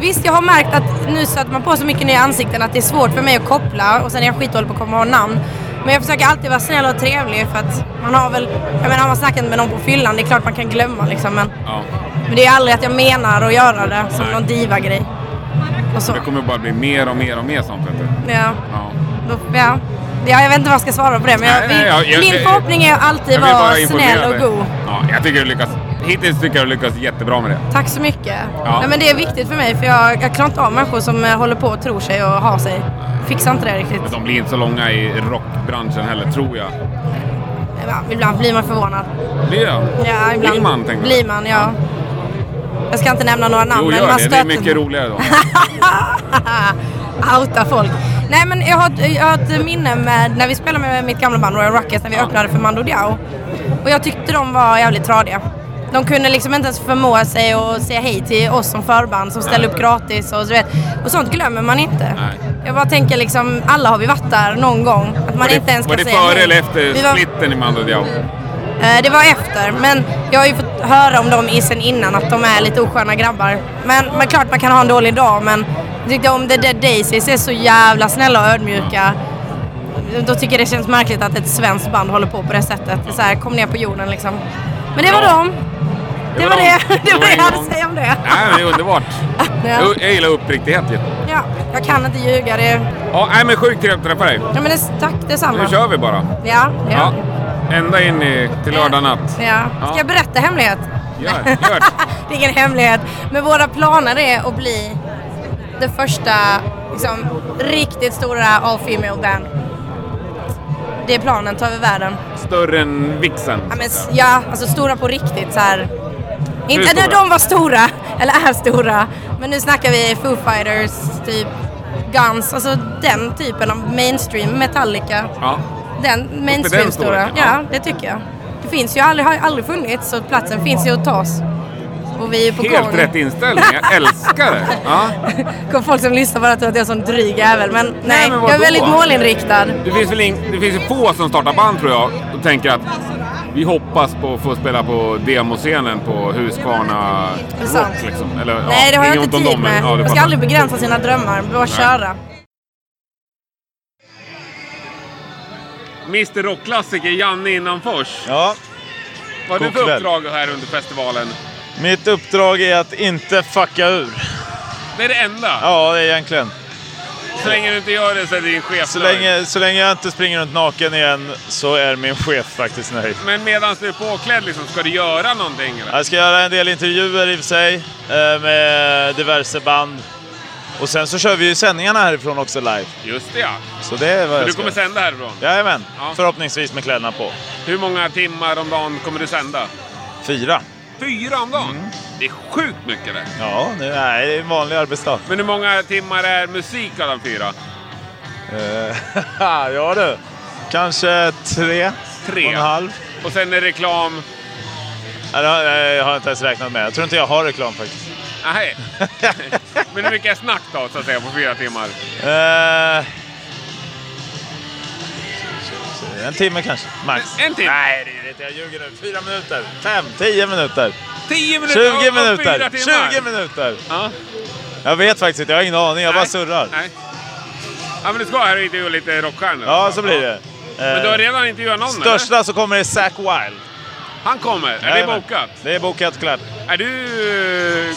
Speaker 12: Visst, jag har märkt att nu stöter man på så mycket nya ansikten att det är svårt för mig att koppla och sen är jag skitdålig på att komma ihåg namn. Men jag försöker alltid vara snäll och trevlig för att man har väl, jag menar har man snackat med någon på fyllan, det är klart man kan glömma liksom men,
Speaker 1: Ja.
Speaker 12: men det är aldrig att jag menar att göra det som någon diva-grej. Och så.
Speaker 1: Det kommer bara bli mer och mer och mer sånt. vet du.
Speaker 12: Ja,
Speaker 1: Ja.
Speaker 12: då, ja. ja, jag vet inte vad jag ska svara på det men jag,
Speaker 1: Nej, nej, jag- jag-
Speaker 12: min
Speaker 1: jag-
Speaker 12: förhoppning är att alltid
Speaker 1: Jag vill
Speaker 12: vara
Speaker 1: bara informera
Speaker 12: snäll och
Speaker 1: dig.
Speaker 12: god.
Speaker 1: Ja, jag tycker du lyckas. Hittills tycker jag du lyckas jättebra med det.
Speaker 12: Tack så mycket.
Speaker 1: Ja.
Speaker 12: Nej, men det är viktigt för mig för jag, jag klarar inte av människor som eh, håller på och tror sig och har sig. Fixar inte det riktigt.
Speaker 1: Men de blir inte så långa i rockbranschen heller, tror jag.
Speaker 12: Ja, ibland blir man förvånad.
Speaker 1: Blir jag?
Speaker 12: Ja, ibland
Speaker 1: Blir man, tänker
Speaker 12: blir man, ja. Jag ska inte nämna några namn
Speaker 1: Jo,
Speaker 12: men
Speaker 1: gör
Speaker 12: man
Speaker 1: det. Det är mycket roligare då.
Speaker 12: Outa folk. Nej men jag har, ett, jag har ett minne med när vi spelade med mitt gamla band Royal Rockets när vi öppnade för Mando Diao. Och jag tyckte de var jävligt tradiga. De kunde liksom inte ens förmå sig att säga hej till oss som förband som ställde
Speaker 13: Nej.
Speaker 12: upp gratis och så vet. Och sånt glömmer man inte.
Speaker 1: Nej.
Speaker 12: Jag bara tänker liksom, alla har vi varit där någon gång. Att man
Speaker 1: var det,
Speaker 12: inte ens
Speaker 1: var
Speaker 12: kan
Speaker 1: det
Speaker 12: säga
Speaker 1: före
Speaker 12: nej.
Speaker 1: eller efter
Speaker 12: Vi var-
Speaker 1: splitten i Mando Diao?
Speaker 12: Eh, Det var efter, men jag har ju fått höra om dem i sen innan att de är lite osköna grabbar. Men, men klart man kan ha en dålig dag, men jag tyckte om The Dead Daisies är så jävla snälla och ödmjuka. Då tycker jag det känns märkligt att ett svenskt band håller på på det sättet. Det är så här, kom ner på jorden liksom. Men det var
Speaker 1: Ja.
Speaker 12: dem. Det var det. Det var det jag hade att säga om det.
Speaker 1: Nej, men det är underbart.
Speaker 12: Ja.
Speaker 1: Jag, jag gillar uppriktighet ju.
Speaker 12: Ja, jag kan inte ljuga. Det...
Speaker 1: Ja, nej, men sjukt trevligt att träffa dig.
Speaker 12: Ja, men det, tack detsamma.
Speaker 1: Nu kör vi bara.
Speaker 12: Ja, ja.
Speaker 1: Ända in i, till lördag natt.
Speaker 12: ja. Ska jag berätta hemlighet?
Speaker 1: Gör, gör.
Speaker 12: Det är ingen hemlighet. Men våra planer är att bli det första liksom, riktigt stora all female band. Det är planen, ta över världen.
Speaker 1: Större än Vixen.
Speaker 12: Ja, men, s- ja alltså stora på riktigt så här.
Speaker 1: Hur
Speaker 12: Inte när
Speaker 1: stora?
Speaker 12: de var stora, eller är stora. Men nu snackar vi Foo Fighters, typ Guns, alltså den typen av mainstream, Metallica.
Speaker 1: Ja.
Speaker 12: Den
Speaker 13: den
Speaker 12: mainstream stora.
Speaker 13: storleken, ja.
Speaker 12: Ja, det tycker jag. Det finns ju aldrig, har ju aldrig funnits så platsen finns ju att tas. Och vi är på gång.
Speaker 1: Helt rätt inställning. Jag älskar det. Ja.
Speaker 12: Kommer folk som lyssnar bara tro att jag är en sån dryg jävel. Men nej,
Speaker 1: men
Speaker 12: jag är
Speaker 1: vadå?
Speaker 12: väldigt målinriktad.
Speaker 1: Det finns, väl in, det finns ju få som startar band tror jag och tänker att Vi hoppas på att få spela på demoscenen på Husqvarna
Speaker 12: Det är sant.
Speaker 1: Rock. Liksom. Eller,
Speaker 12: Nej,
Speaker 1: ja,
Speaker 12: det har jag
Speaker 1: inget
Speaker 12: inte
Speaker 1: ont
Speaker 12: tid
Speaker 1: om dem, men-
Speaker 12: med.
Speaker 1: ja, det
Speaker 12: Man ska
Speaker 1: fattar.
Speaker 12: aldrig begränsa sina drömmar. Bara köra.
Speaker 1: Mr Rockklassiker Janne Innanfors.
Speaker 13: Ja.
Speaker 1: Vad har du
Speaker 13: God
Speaker 1: för
Speaker 13: kväll.
Speaker 1: uppdrag här under festivalen?
Speaker 13: Mitt uppdrag är att inte fucka ur.
Speaker 1: Det är det enda?
Speaker 13: Ja, det är egentligen.
Speaker 1: Så länge du inte gör det så är din chef
Speaker 13: Så
Speaker 1: nöjd.
Speaker 13: länge, så länge jag inte springer runt naken igen så är min chef faktiskt nöjd.
Speaker 1: Men medan du är påklädd, liksom, ska du göra någonting? Eller?
Speaker 13: Jag ska göra en del intervjuer i och för sig eh, med diverse band. Och sen så kör vi ju sändningarna härifrån också live.
Speaker 1: Just det ja.
Speaker 13: Så det är vad
Speaker 1: Så
Speaker 13: jag
Speaker 1: du
Speaker 13: ska
Speaker 1: kommer
Speaker 13: göra.
Speaker 1: sända härifrån?
Speaker 13: Jajamän,
Speaker 1: Ja.
Speaker 13: förhoppningsvis med kläderna på.
Speaker 1: Hur många timmar om dagen kommer du sända?
Speaker 13: Fyra.
Speaker 1: Fyra om dagen? Det är sjukt mycket det.
Speaker 13: Mm. Ja, det nej, det är en vanlig arbetsdag.
Speaker 1: Men hur många timmar är musik av de fyra?
Speaker 13: Eh, ja du, kanske tre.
Speaker 1: Tre.
Speaker 13: Och en halv.
Speaker 1: Och sen är reklam?
Speaker 13: Nej, det har- nej, jag har inte ens räknat med. Jag tror inte jag har reklam faktiskt.
Speaker 1: Nej. Men hur mycket är snack då, så att säga, på fyra timmar?
Speaker 13: Eh, en timme kanske, max.
Speaker 1: En timme?
Speaker 13: Nej, det är inte. Jag ljuger nu. Fyra minuter. Fem, tio minuter.
Speaker 1: Tio minuter och-
Speaker 13: Tjugo
Speaker 1: och fyra
Speaker 13: minuter.
Speaker 1: timmar.
Speaker 13: Tjugo minuter.
Speaker 1: Ja.
Speaker 13: Jag vet faktiskt inte. Jag har ingen aning. Jag bara surrar.
Speaker 1: Nej. Ja, men du ska här och intervjua lite rockstjärnor?
Speaker 13: Ja, så blir det. Eh,
Speaker 1: Men du har redan intervjuat någon, eller?
Speaker 13: Största så kommer det Zack Wild.
Speaker 1: Han kommer. Är det
Speaker 13: Jajamän.
Speaker 1: bokat?
Speaker 13: Det är bokat och klart.
Speaker 1: Är du eh,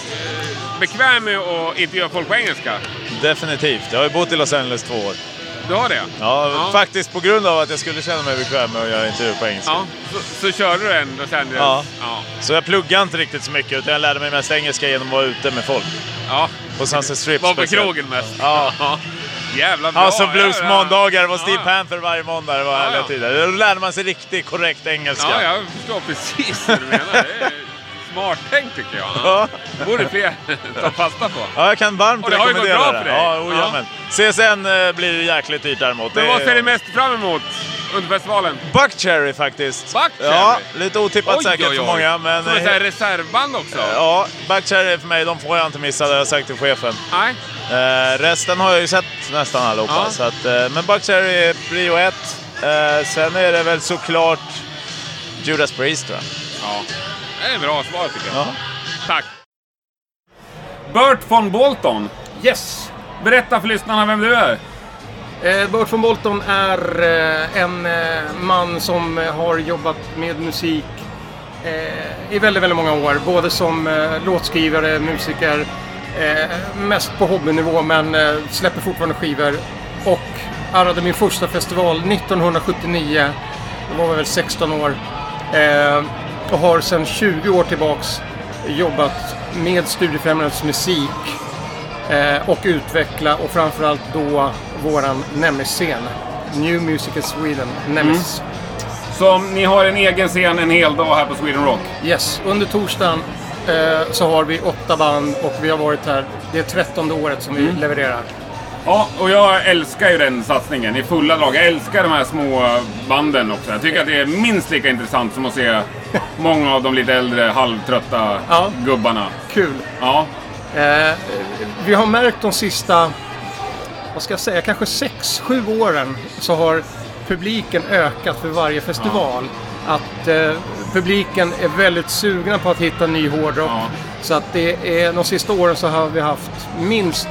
Speaker 1: bekväm med att intervjua folk på engelska?
Speaker 13: Definitivt. Jag har ju bott i Los Angeles två år.
Speaker 1: Du har det?
Speaker 13: Ja,
Speaker 1: Ja.
Speaker 13: faktiskt på grund av att jag skulle känna mig bekväm med att göra intervjuer på engelska.
Speaker 1: Ja, så, så körde du en Los Angeles?
Speaker 13: Ja.
Speaker 1: ja.
Speaker 13: Så jag pluggade inte riktigt så mycket, utan jag lärde mig mest engelska genom att vara ute med folk.
Speaker 1: Ja.
Speaker 13: På Sunset Strip
Speaker 1: Var på
Speaker 13: Typ speciellt.
Speaker 1: krogen mest?
Speaker 13: Ja.
Speaker 1: Jävla bra!
Speaker 13: Alltså
Speaker 1: ja, ja.
Speaker 13: bluesmåndagar, det var Steve Panther varje måndag, det var härliga
Speaker 1: ja.
Speaker 13: tider. Då lärde man sig riktigt korrekt engelska.
Speaker 1: Ja, jag förstår precis vad du menar. Det är smart tänkt tycker jag.
Speaker 13: Ja.
Speaker 1: Det borde fler ta fasta på.
Speaker 13: Ja, jag kan varmt
Speaker 1: Och det har ju gått
Speaker 13: rekommendera
Speaker 1: bra för dig.
Speaker 13: Ja, oh,
Speaker 1: Ja.
Speaker 13: ja. CSN eh, blir ju jäkligt dyrt däremot.
Speaker 1: Men
Speaker 13: Det-
Speaker 1: vad ser du mest fram emot under festivalen?
Speaker 13: Buckcherry faktiskt.
Speaker 1: Buckcherry?
Speaker 13: Ja, lite otippat säkert för många. Men, eh,
Speaker 1: Som ett sånt här reservband också?
Speaker 13: Ja, Buckcherry för mig, de får jag inte missa, det har jag sagt till chefen.
Speaker 1: Nej.
Speaker 13: Eh, resten har jag ju sett nästan allihopa.
Speaker 1: Ja.
Speaker 13: Så att, eh, men Buckcherry är prio ett. Eh, sen är det väl såklart Judas Priest tror jag.
Speaker 1: Ja. Det är ett bra svar tycker jag. Tack. Bert von Bolton.
Speaker 14: Yes!
Speaker 1: Berätta för lyssnarna vem du är.
Speaker 14: Eh, Bert von Bolton är eh, en eh, man som eh, har jobbat med musik eh, i väldigt, väldigt många år. Både som eh, låtskrivare, musiker, eh, mest på hobbynivå men eh, släpper fortfarande skivor. Och arrade min första festival 1979. Då var jag väl 16 år. Eh, och har sedan 20 år tillbaks jobbat med Studiefrämjandets musik eh, och utveckla och framförallt då våran Nemes-scen. New Music in Sweden, Nemes.
Speaker 1: Som ni har en egen scen en hel dag här på Sweden Rock.
Speaker 14: Yes, under torsdagen eh, så har vi åtta band och vi har varit här, det är trettonde året som vi
Speaker 1: Mm.
Speaker 14: levererar.
Speaker 1: Ja, och jag älskar ju den satsningen i fulla drag. Jag älskar de här små banden också. Jag tycker att det är minst lika intressant som att se många av de lite äldre, halvtrötta gubbarna.
Speaker 14: Kul!
Speaker 1: Ja.
Speaker 14: Eh, vi har märkt de sista, vad ska jag säga, kanske sex, sju åren så har publiken ökat för varje festival. Att eh, publiken är väldigt sugna på att hitta ny hårdrock. Så att det är, de sista åren så har vi haft minst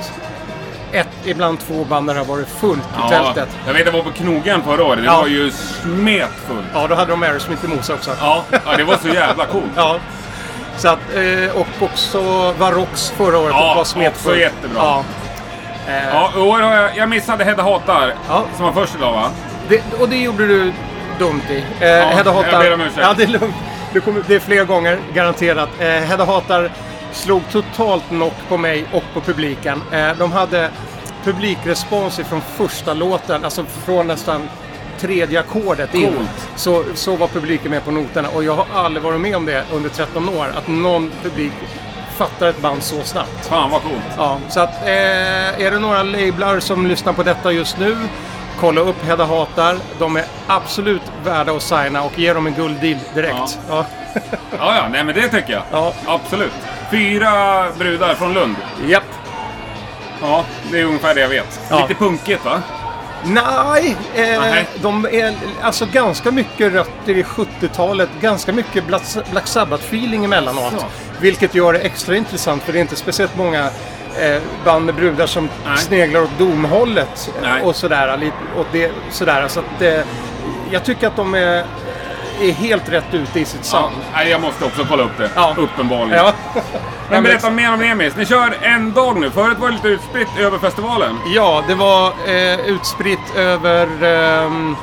Speaker 14: ett, ibland två band där det har varit fullt i
Speaker 1: ja.
Speaker 14: tältet.
Speaker 1: Jag vet, jag var på Knogen förra året. Det
Speaker 14: Ja.
Speaker 1: var ju smetfullt.
Speaker 14: Ja, då hade de Aerosmith emot sig också.
Speaker 1: Ja, ja, det var så jävla coolt.
Speaker 14: ja. Så att, eh, och också Varrox förra året
Speaker 1: Ja,
Speaker 14: var smetfullt.
Speaker 1: också jättebra.
Speaker 14: Ja. Eh.
Speaker 1: Ja, i år har jag, jag missade Hedda Hatar som var först idag va?
Speaker 14: Det, och det gjorde du dumt i. Eh, Hedda Hatar.
Speaker 1: jag ber om ursäkt.
Speaker 14: Ja, det är lugnt. Du kommer, det är fler gånger, garanterat. Eh, Hedda Hatar slog totalt knock på mig och på publiken. Eh, de hade publikrespons från första låten, alltså från nästan tredje ackordet in.
Speaker 1: Coolt.
Speaker 14: Så, så var publiken med på noterna och jag har aldrig varit med om det under 13 år, att någon publik fattar ett band så snabbt.
Speaker 1: Fan vad coolt.
Speaker 14: Ja, så att, eh, är det några lablar som lyssnar på detta just nu, kolla upp Hedda Hatar. De är absolut värda att signa och ge dem en gulddeal direkt. Ja.
Speaker 1: Ja, ja, nej men det tycker jag.
Speaker 14: Ja.
Speaker 1: Absolut. Fyra brudar från Lund.
Speaker 14: Japp.
Speaker 1: Ja, det är ungefär det jag vet.
Speaker 14: Ja.
Speaker 1: Lite punkigt va?
Speaker 14: Nej, eh, de är alltså ganska mycket rötter i 70-talet. Ganska mycket Black- Black Sabbath-feeling emellanåt.
Speaker 15: Så.
Speaker 14: Vilket gör det extra intressant för det är inte speciellt många eh, band med brudar som sneglar åt domhållet. eh,
Speaker 15: Nej.
Speaker 14: Och sådär. lite Åt det, sådär. Så att, eh, jag tycker att de är, är helt rätt ute i sitt sound.
Speaker 1: Nej, jag måste också kolla upp det. Uppenbarligen.
Speaker 14: Ja.
Speaker 1: Men berätta mer om Emis. Ni kör en dag nu. Förut var det lite utspritt över festivalen.
Speaker 14: Ja, det var eh, utspritt över ehm,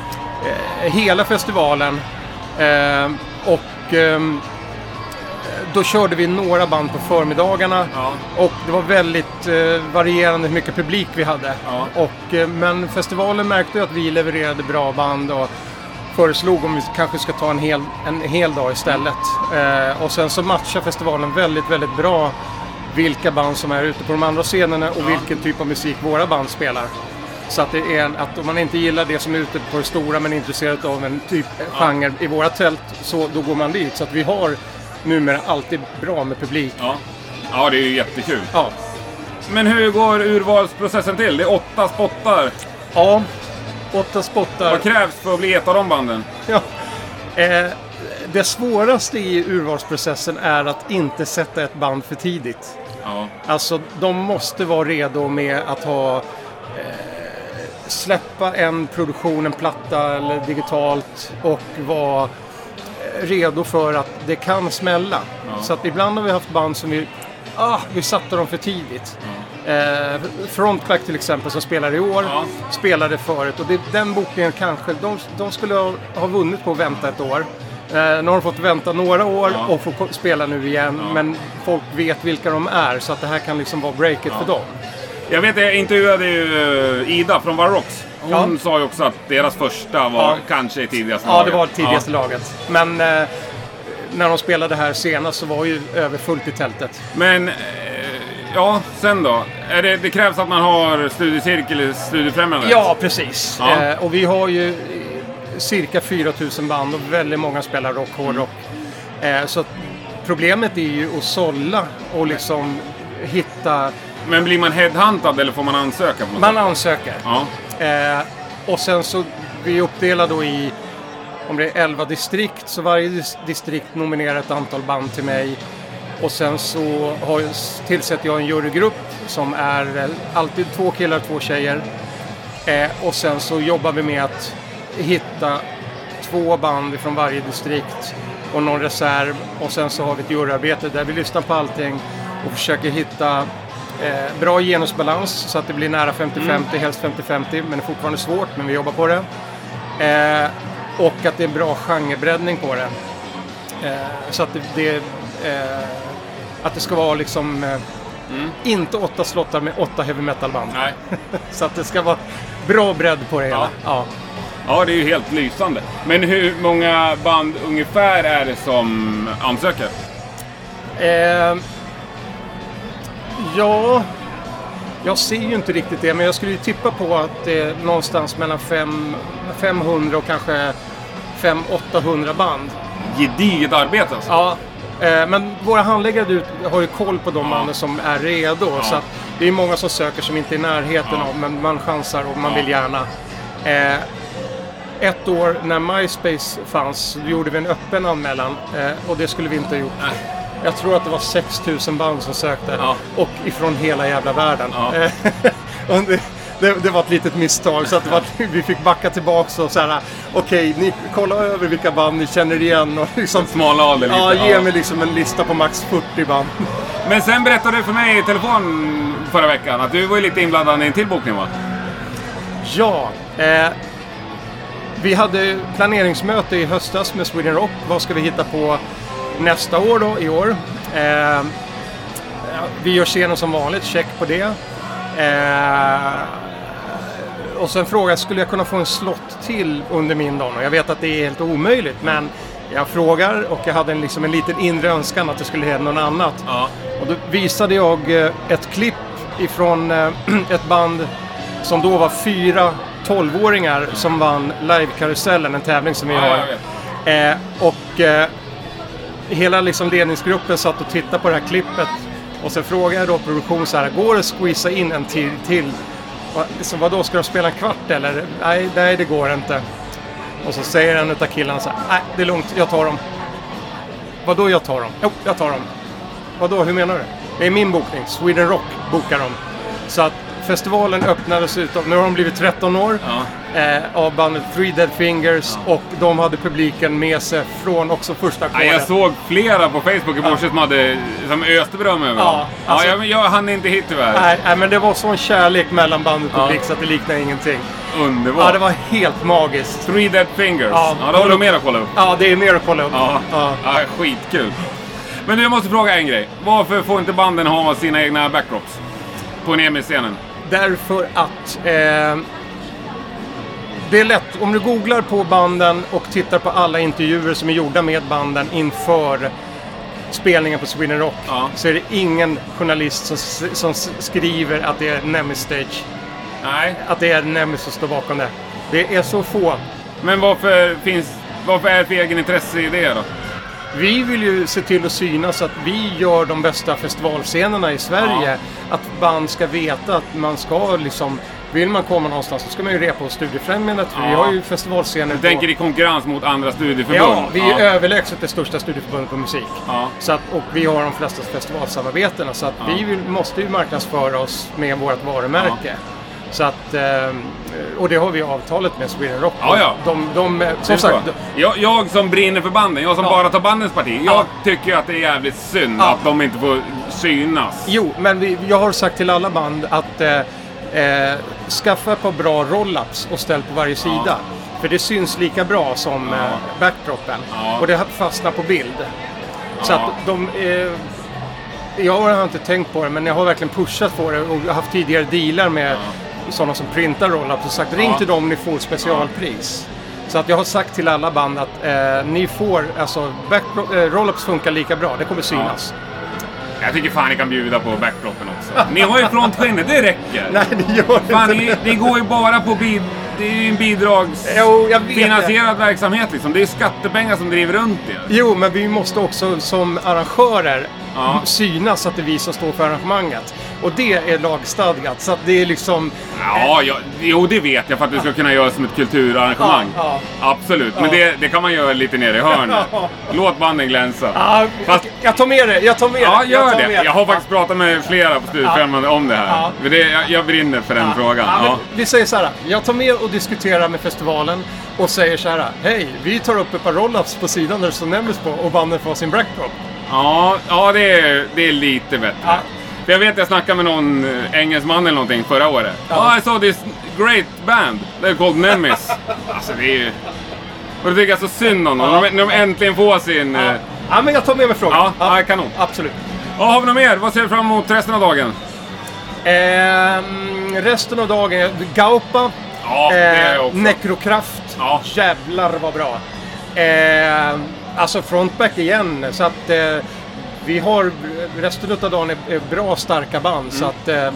Speaker 14: eh, hela festivalen. Ehm, och ehm, då körde vi några band på förmiddagarna. Och det var väldigt eh, varierande hur mycket publik vi hade. Och, eh, men festivalen märkte ju att vi levererade bra band. Och, föreslog om vi kanske ska ta en hel, en hel dag istället. Eh, och sen så matchar festivalen väldigt, väldigt bra vilka band som är ute på de andra scenerna och vilken typ av musik våra band spelar. Så att, det är en, att om man inte gillar det som är ute på det stora men är intresserad av en typ
Speaker 1: Ja.
Speaker 14: genre i våra tält, så då går man dit. Så att vi har numera alltid bra med publik.
Speaker 1: Ja, det är ju jättekul.
Speaker 14: Ja.
Speaker 1: Men hur går urvalsprocessen till? Det är åtta spottar.
Speaker 14: Ja, åtta spottar.
Speaker 1: Vad krävs för att bli ett av de banden?
Speaker 14: Ja. Eh, det svåraste i urvalsprocessen är att inte sätta ett band för tidigt.
Speaker 1: Ja.
Speaker 14: Alltså, de måste vara redo med att ha eh, släppa en produktion, en platta eller digitalt och vara eh, redo för att det kan smälla.
Speaker 15: Ja.
Speaker 14: Så att ibland har vi haft band som vi, ah, vi satte dem för tidigt. Eh, Frontback till exempel som spelar i år, spelade förut och det, den bokningen kanske, de, de skulle ha, ha vunnit på att vänta ett år. Eh, nu har de fått vänta några år och får ko- spela nu igen men folk vet vilka de är så att det här kan liksom vara breaket för dem.
Speaker 1: Jag vet, jag intervjuade ju eh, Ida från Varrox. Hon
Speaker 14: Ja.
Speaker 1: sa ju också att deras första var
Speaker 14: Ja.
Speaker 1: kanske i tidigaste
Speaker 14: Ja,
Speaker 1: laget.
Speaker 14: det var det tidigaste laget. Men eh, när de spelade här senast så var ju överfullt i tältet.
Speaker 1: Men, eh, ja, sen då? Är det, det krävs att man har studiecirkel i Studiefrämjandet?
Speaker 14: Ja, precis.
Speaker 1: Ja.
Speaker 14: Eh, och vi har ju eh, cirka 4000 band och väldigt många spelar rock,
Speaker 1: Mm.
Speaker 14: hårdrock. Eh, så att problemet är ju att sålla och liksom hitta...
Speaker 1: Men blir man headhuntad eller får man ansöka? På något
Speaker 14: Man
Speaker 1: sätt?
Speaker 14: ansöker.
Speaker 1: Ja.
Speaker 14: Eh, och sen så, vi är uppdelade då i, om det är 11 distrikt, så varje dis- distrikt nominerar ett antal band till mig. Och sen så har, jag- tillsätter jag en jurygrupp som är eh, alltid två killar två tjejer. Eh, och sen så jobbar vi med att hitta två band från varje distrikt och någon reserv. Och sen så har vi ett juryarbete där vi lyssnar på allting och försöker hitta eh, bra genusbalans så att det blir nära 50-50,
Speaker 15: Mm.
Speaker 14: helst 50-50. Men det är fortfarande svårt, men vi jobbar på det. Eh, och att det är en bra genrebreddning på det. Eh, så att det, det, eh, att det ska vara liksom eh, inte åtta slottar med åtta heavy metal-band. så att det ska vara bra bredd på det hela. Ja.
Speaker 1: Ja, det är ju helt lysande. Men hur många band ungefär är det som ansöker?
Speaker 14: Eh, ja, jag ser ju inte riktigt det, men jag skulle ju tippa på att det är någonstans mellan fem, 500 och kanske 500-800 band.
Speaker 1: Gediget arbete alltså.
Speaker 14: Ja, eh, men våra handläggare du, har ju koll på de banden som är redo. Så att det är många som söker som inte är i närheten av, men man chansar och man
Speaker 15: Ja.
Speaker 14: vill gärna. Eh, ett år när MySpace fanns då gjorde vi en öppen anmälan eh, och det skulle vi inte ha gjort. Jag tror att det var 6000 band som sökte och ifrån hela jävla världen. Eh, och det, det, det var ett litet misstag så att det var, vi fick backa tillbaka och så här. Okej, ni kolla över vilka band ni känner igen och liksom...
Speaker 1: Smala av det lite,
Speaker 14: Ja, ge
Speaker 1: ja.
Speaker 14: mig liksom en lista på max 40 band.
Speaker 1: Men sen berättade du för mig i telefon förra veckan att du var ju lite inblandad i en till bokning va?
Speaker 14: Ja, eh, vi hade planeringsmöte i höstas med Sweden Rock. Vad ska vi hitta på nästa år då, i år? Eh, vi gör scenen som vanligt, check på det. Eh, och sen frågade jag, skulle jag kunna få en slott till under min dag? Och jag vet att det är helt omöjligt, men jag frågar och jag hade en, liksom en liten inre önskan att det skulle hända något annat. Och då visade jag eh, ett klipp ifrån eh, ett band som då var fyra 12-åringar som vann Livekarusellen, en tävling som vi
Speaker 15: Ja,
Speaker 14: har.
Speaker 15: jag vet.
Speaker 14: Eh, och eh, hela liksom ledningsgruppen satt och tittade på det här klippet. Och sen frågade jag då produktionen så här, går det att squeeza in en till? till? Va- Så vadå, ska de spela en kvart eller? Nej, nej det går inte. Och så säger en utav killarna så här, nej det är lugnt, jag tar dem. Vadå jag tar dem? Jo, jag tar dem. Vadå, hur menar du? Det är min bokning, Sweden Rock bokar dem. Så att festivalen öppnades utav, nu har de blivit 13 år, eh, av bandet Three Dead Fingers och de hade publiken med sig från också första
Speaker 1: Ja, jag såg flera på Facebook i morse som, hade, som öste beröm över
Speaker 14: Ja,
Speaker 1: honom. ja,
Speaker 14: alltså-
Speaker 1: jag, men jag hann inte hit tyvärr.
Speaker 14: Nej, nej, men det var sån kärlek mellan band och publik så att det liknar ingenting.
Speaker 1: Underbart.
Speaker 14: Ja, det var helt magiskt.
Speaker 1: Three Dead Fingers. Ja, då har du mer att kolla upp.
Speaker 14: Ja, det är mer att kolla upp.
Speaker 1: Ja, ja skitkul. Men du, jag måste fråga en grej. Varför får inte banden ha sina egna backdrops? På Nemi-scenen.
Speaker 14: Därför att eh, det är lätt, om du googlar på banden och tittar på alla intervjuer som är gjorda med banden inför spelningen på Sweden Rock så är det ingen journalist som, s- som s- skriver att det är Nemis Stage.
Speaker 1: Nej.
Speaker 14: Att det är Nemis som står bakom det. Det är så få.
Speaker 1: Men varför finns... Varför är det för egen intresse i det då?
Speaker 14: Vi vill ju se till att synas att vi gör de bästa festivalscenerna i Sverige. Att band ska veta att man ska liksom, vill man komma någonstans så ska man ju repa hos Studiefrämjandet. För vi
Speaker 1: Ja.
Speaker 14: har ju festivalscener
Speaker 1: Du
Speaker 14: på-
Speaker 1: tänker i konkurrens mot andra studieförbund?
Speaker 14: Ja, vi är överlägset det största studieförbundet på musik. Så att, och vi har de flesta festivalsamarbetena. Så att
Speaker 1: Ja.
Speaker 14: vi vill, måste ju marknadsföra oss med vårt varumärke. Så att, ehm, och det har vi avtalet med Sweden Rock.
Speaker 1: Ja, ja.
Speaker 14: De, de, som
Speaker 1: Det är
Speaker 14: sagt,
Speaker 1: så. jag, jag som brinner för banden, jag som
Speaker 14: Ja.
Speaker 1: bara tar bandens parti. Jag tycker att det är jävligt synd
Speaker 14: Ja.
Speaker 1: att de inte får synas.
Speaker 14: Jo, men vi, jag har sagt till alla band att eh, eh, skaffa ett par bra roll-ups och ställ på varje sida. För det syns lika bra som eh, backdropen. Och det fastnar på bild. Så
Speaker 1: Ja.
Speaker 14: att de... Eh, jag har inte tänkt på det, men jag har verkligen pushat på det och haft tidigare dealar med sådana som printar roll-ups och sagt ring
Speaker 1: Ja.
Speaker 14: till dem om ni får specialpris. Så att jag har sagt till alla band att eh, ni får, alltså back, eh, roll-ups funkar lika bra, det kommer synas.
Speaker 1: Jag tycker fan ni kan bjuda på backdropen också. Ni har ju frontskinnet, det räcker.
Speaker 14: Nej, det gör
Speaker 1: fan,
Speaker 14: inte
Speaker 1: ni,
Speaker 14: det.
Speaker 1: ni går ju bara på bid, det är ju en
Speaker 14: Jo, jag vet
Speaker 1: bidragsfinansierad verksamhet liksom. Det är ju skattepengar som driver runt det.
Speaker 14: Jo, men vi måste också som arrangörer synas att det är vi som står för arrangemanget. Och det är lagstadgat, så att det är liksom...
Speaker 1: Ja, jag, jo det vet jag för att det ska kunna göras som ett kulturarrangemang.
Speaker 14: Ja,
Speaker 1: Absolut, men
Speaker 14: Ja.
Speaker 1: det, det kan man göra lite nere i hörnet.
Speaker 14: Ja.
Speaker 1: Låt banden glänsa.
Speaker 14: Ja,
Speaker 1: Fast-
Speaker 14: jag tar med det, jag tar med
Speaker 1: Ja,
Speaker 14: det.
Speaker 1: gör
Speaker 14: tar
Speaker 1: det.
Speaker 14: med
Speaker 1: Jag har faktiskt pratat med flera på Studiefrämjandet om det här.
Speaker 14: Ja.
Speaker 1: För det, jag, jag brinner för den frågan.
Speaker 14: Ja, men
Speaker 1: Ja.
Speaker 14: Vi säger så här, jag tar med och diskuterar med festivalen och säger så här, hej, vi tar upp ett par roll-ups på sidan där det står Nemus på och banden får sin backdrop.
Speaker 1: Ja, ja det, är, det är lite bättre. För jag vet jag snackade med någon eh, engelsman eller någonting förra året. Ja, I saw this great band. They're called Nemis. alltså det är ju... Och det tycker jag så synd om dem. När de- När de äntligen får sin... Ja,
Speaker 14: ja men jag tar med mig frågan.
Speaker 1: Ja, ja. kanon.
Speaker 14: Absolut.
Speaker 1: Ja, har vi något mer? Vad ser du fram emot resten av dagen?
Speaker 14: Ehm, resten av dagen, Gaopa,
Speaker 1: Ja, det är jag också.
Speaker 14: Necrokraft. Jävlar vad bra. Ehm, alltså frontback igen, så att eh, vi har, resten av dagen är, är bra starka band. Så att, eh,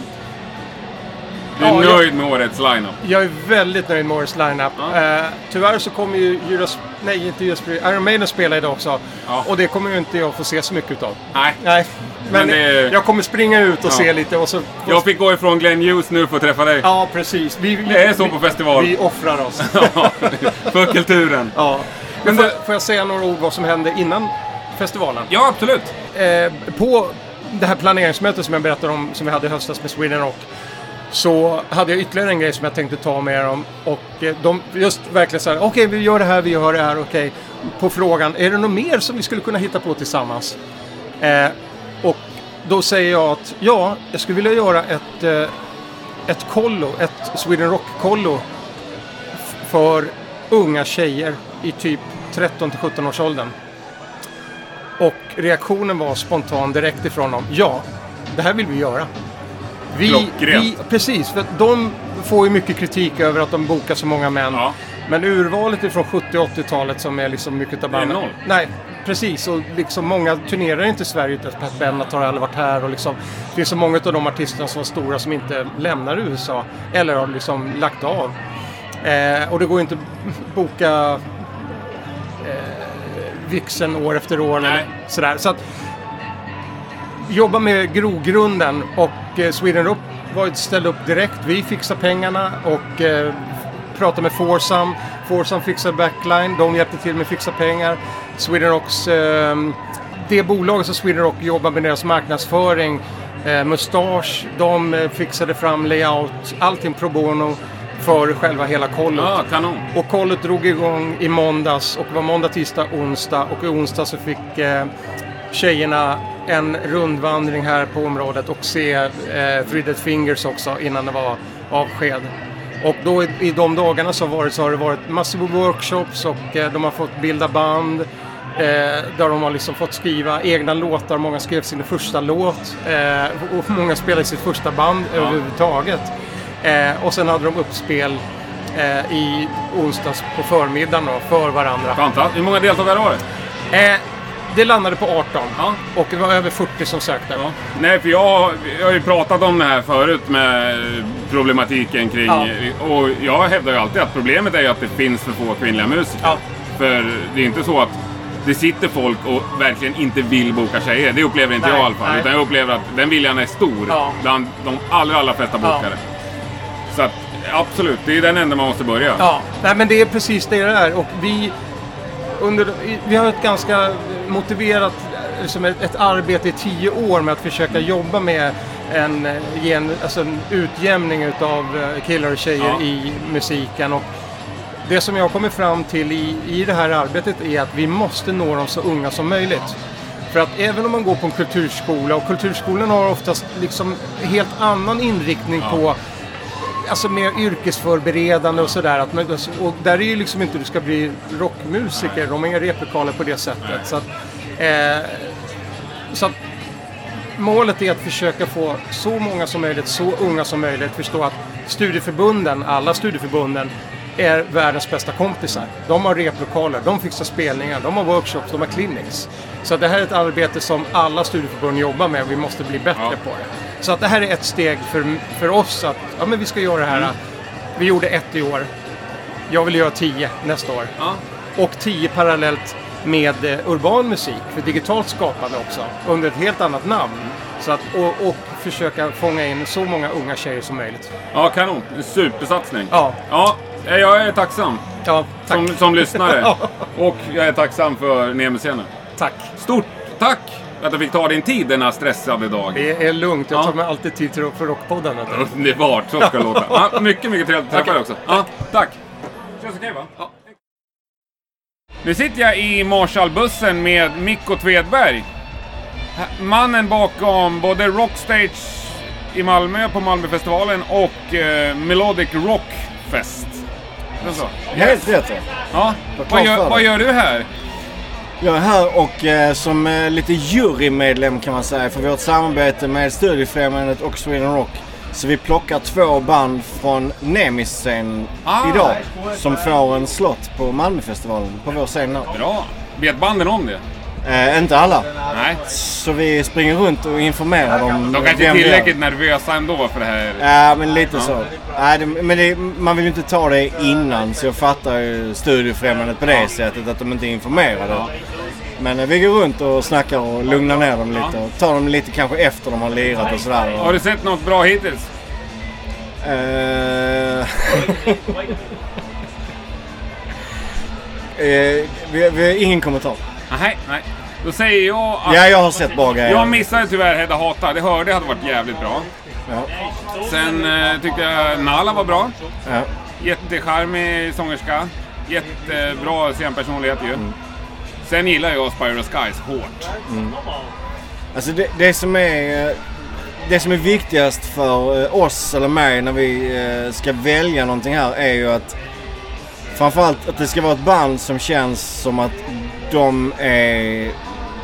Speaker 1: Mm. Du är
Speaker 14: Ja, jag-
Speaker 1: nöjd med årets lineup?
Speaker 14: jag är väldigt nöjd med årets lineup. Eh, tyvärr så kommer ju Judas, nej inte Judas, Priest, Iron Maiden spela idag också. Och det kommer ju inte jag få se så mycket utav.
Speaker 1: Nej.
Speaker 14: nej. Men,
Speaker 1: Men det-
Speaker 14: jag kommer springa ut och
Speaker 1: Ja.
Speaker 14: se lite och så...
Speaker 1: Jag fick gå ifrån Glenn Hughes nu för att träffa dig.
Speaker 14: Ja, precis. Vi,
Speaker 1: det är så på festival.
Speaker 14: Vi offrar oss.
Speaker 1: för kulturen.
Speaker 14: Ja. Men får, får jag säga några ord vad som hände innan festivalen?
Speaker 1: Ja, absolut.
Speaker 14: Eh, på det här planeringsmötet som jag berättade om som vi hade i höstas med Sweden Rock så hade jag ytterligare en grej som jag tänkte ta med dem och eh, de just verkligen så här, okej vi gör det här, vi gör det här, okej. På frågan, är det något mer som vi skulle kunna hitta på tillsammans? Eh, och då säger jag att ja, jag skulle vilja göra ett, eh, ett kollo, ett Sweden Rock-kollo f- för unga tjejer i typ 13 till 17 års åldern. Och reaktionen var spontan direkt ifrån dem. Ja, det här vill vi göra. Vi,
Speaker 1: Klockrent.
Speaker 14: vi, precis, för att de får ju mycket kritik över att de bokar så många män. Men urvalet ifrån 70 och 80-talet som är liksom mycket av
Speaker 1: Det är
Speaker 14: banden.
Speaker 1: noll.
Speaker 14: Nej, precis. Och liksom många turnerar inte i Sverige utan att Bennett har aldrig varit här. Och liksom, det finns så många av de artisterna som var stora som inte lämnar USA. Eller har liksom lagt av. Eh, och det går ju inte att boka eh, vixen år efter år. Eller sådär. Så att jobba med grogrunden och eh, Sweden Rock var ställde upp direkt. Vi fixade pengarna och eh, pratade med Forsam. Forsam fixade backline. De hjälpte till med att fixa pengar. Sweden Rocks, eh, det bolaget som Sweden Rock jobbar med deras marknadsföring, eh, Mustasch, de eh, fixade fram layout, allting pro bono för själva hela kollot.
Speaker 1: Ja, kanon.
Speaker 14: Och kollot drog igång i måndags och det var måndag, tisdag, onsdag och i onsdag så fick eh, tjejerna en rundvandring här på området och se eh, Three Dead Fingers också innan det var avsked. Och då i, i de dagarna som har varit så har det varit massor av workshops och eh, de har fått bilda band eh, där de har liksom fått skriva egna låtar. Många skrev sin första låt eh, och många spelade sitt första band
Speaker 9: Ja.
Speaker 14: överhuvudtaget. Eh, och sen hade de uppspel eh, i onsdags på förmiddagen då, för varandra.
Speaker 1: Fantastiskt. Hur många deltagare var
Speaker 14: det? Eh, det landade på 18 och det var över 40 som sökte.
Speaker 1: Nej, för jag, jag har ju pratat om det här förut med problematiken kring...
Speaker 14: Ja.
Speaker 1: Och jag hävdar ju alltid att problemet är ju att det finns för få kvinnliga musiker. För det är inte så att det sitter folk och verkligen inte vill boka tjejer. Det upplever inte
Speaker 14: Nej,
Speaker 1: jag i alla fall.
Speaker 14: nej.
Speaker 1: Utan jag upplever att den viljan är stor
Speaker 14: Ja.
Speaker 1: bland de allra, allra flesta
Speaker 14: Ja.
Speaker 1: bokare. Så att, absolut, det är den änden man måste börja.
Speaker 14: Ja, nej, men det är precis det det är. Och vi, under, vi har ett ganska motiverat liksom ett, ett arbete i tio år med att försöka jobba med en, eh, gen, alltså en utjämning av killar och tjejer
Speaker 9: Ja.
Speaker 14: i musiken. Och det som jag har kommit fram till i, i det här arbetet är att vi måste nå dem så unga som möjligt. För att även om man går på en kulturskola, och kulturskolan har oftast liksom helt annan inriktning på Alltså mer yrkesförberedande och sådär. Att man, och där är ju liksom inte du ska bli rockmusiker. De har inga replokaler på det sättet. Så att, eh, så att målet är att försöka få så många som möjligt, så unga som möjligt förstå att studieförbunden, alla studieförbunden, är världens bästa kompisar. De har replokaler, de fixar spelningar, de har workshops, de har clinics. Så att det här är ett arbete som alla studieförbund jobbar med och vi måste bli bättre på det. Så att det här är ett steg för, för oss att ja, men vi ska göra det här. Vi gjorde ett i år. Jag vill göra tio nästa år. Och tio parallellt med eh, urban musik för digitalt skapande också. Under ett helt annat namn. Så att, och, och försöka fånga in så många unga tjejer som möjligt.
Speaker 1: Ja, kanon. En supersatsning.
Speaker 14: Ja.
Speaker 1: ja, eh, jag är tacksam.
Speaker 14: Ja,
Speaker 1: tack. Som, som lyssnare. Och jag är tacksam för Nemiscenen.
Speaker 14: Tack.
Speaker 1: Stort tack att jag fick ta din tid denna stressade dag.
Speaker 14: Det är lugnt, jag tar mig alltid tid till för Rockpodden. vet du.
Speaker 1: Underbart, så ska det låta. Ja, mycket, mycket trevligt att träffa dig också. Ja, tack. Känns okej va? Ja. Nu sitter jag i Marshallbussen med Mikko Tvedberg. Mannen bakom både Rockstage i Malmö på Malmöfestivalen och eh, Melodic Rockfest. Är det så?
Speaker 16: Helt rätt ja.
Speaker 1: Ja.
Speaker 16: Vad
Speaker 1: Vad
Speaker 16: klart
Speaker 1: gör,
Speaker 16: för
Speaker 1: vad
Speaker 16: dig.
Speaker 1: gör du här?
Speaker 16: Jag är här och eh, som eh, lite jurymedlem kan man säga för vi har ett samarbete med Studiefrämjandet och Sweden Rock. Så vi plockar två band från Nemis-scenen
Speaker 1: Ah.
Speaker 16: idag som får en slott på Malmöfestivalen på vår scen nu.
Speaker 1: Bra. Vet banden om det?
Speaker 16: Eh, inte alla.
Speaker 1: Nej.
Speaker 16: Så vi springer runt och informerar dem.
Speaker 1: De
Speaker 16: eh,
Speaker 1: kanske är
Speaker 16: vem vi är.
Speaker 1: tillräckligt nervösa ändå för det här.
Speaker 16: Ja, men lite
Speaker 1: Ja.
Speaker 16: så. Nej, det, men det, man vill ju inte ta det innan så jag fattar ju studiefrämjandet på det sättet att de inte är informerade. Men eh, vi går runt och snackar och lugnar ner dem lite och tar dem lite kanske efter de har lirat och sådär.
Speaker 1: Har du sett något bra hittills?
Speaker 16: Eh, eh, vi, vi har ingen kommentar.
Speaker 1: Nej, nej. Då säger jag att...
Speaker 16: Ja, jag har sett bra grejer.
Speaker 1: Jag missade tyvärr Hedda Hata. Det hörde jag hade varit jävligt bra.
Speaker 16: Ja.
Speaker 1: Sen eh, tyckte jag Nala var bra.
Speaker 16: Ja.
Speaker 1: Jättecharmig sångerska. Jättebra scenpersonlighet ju. Sen gillar jag Spiral Skies hårt.
Speaker 16: Mm. Alltså det, det som är... eh, Det som är viktigast för eh, oss eller mig när vi eh, ska välja någonting här är ju att framförallt att det ska vara ett band som känns som att de är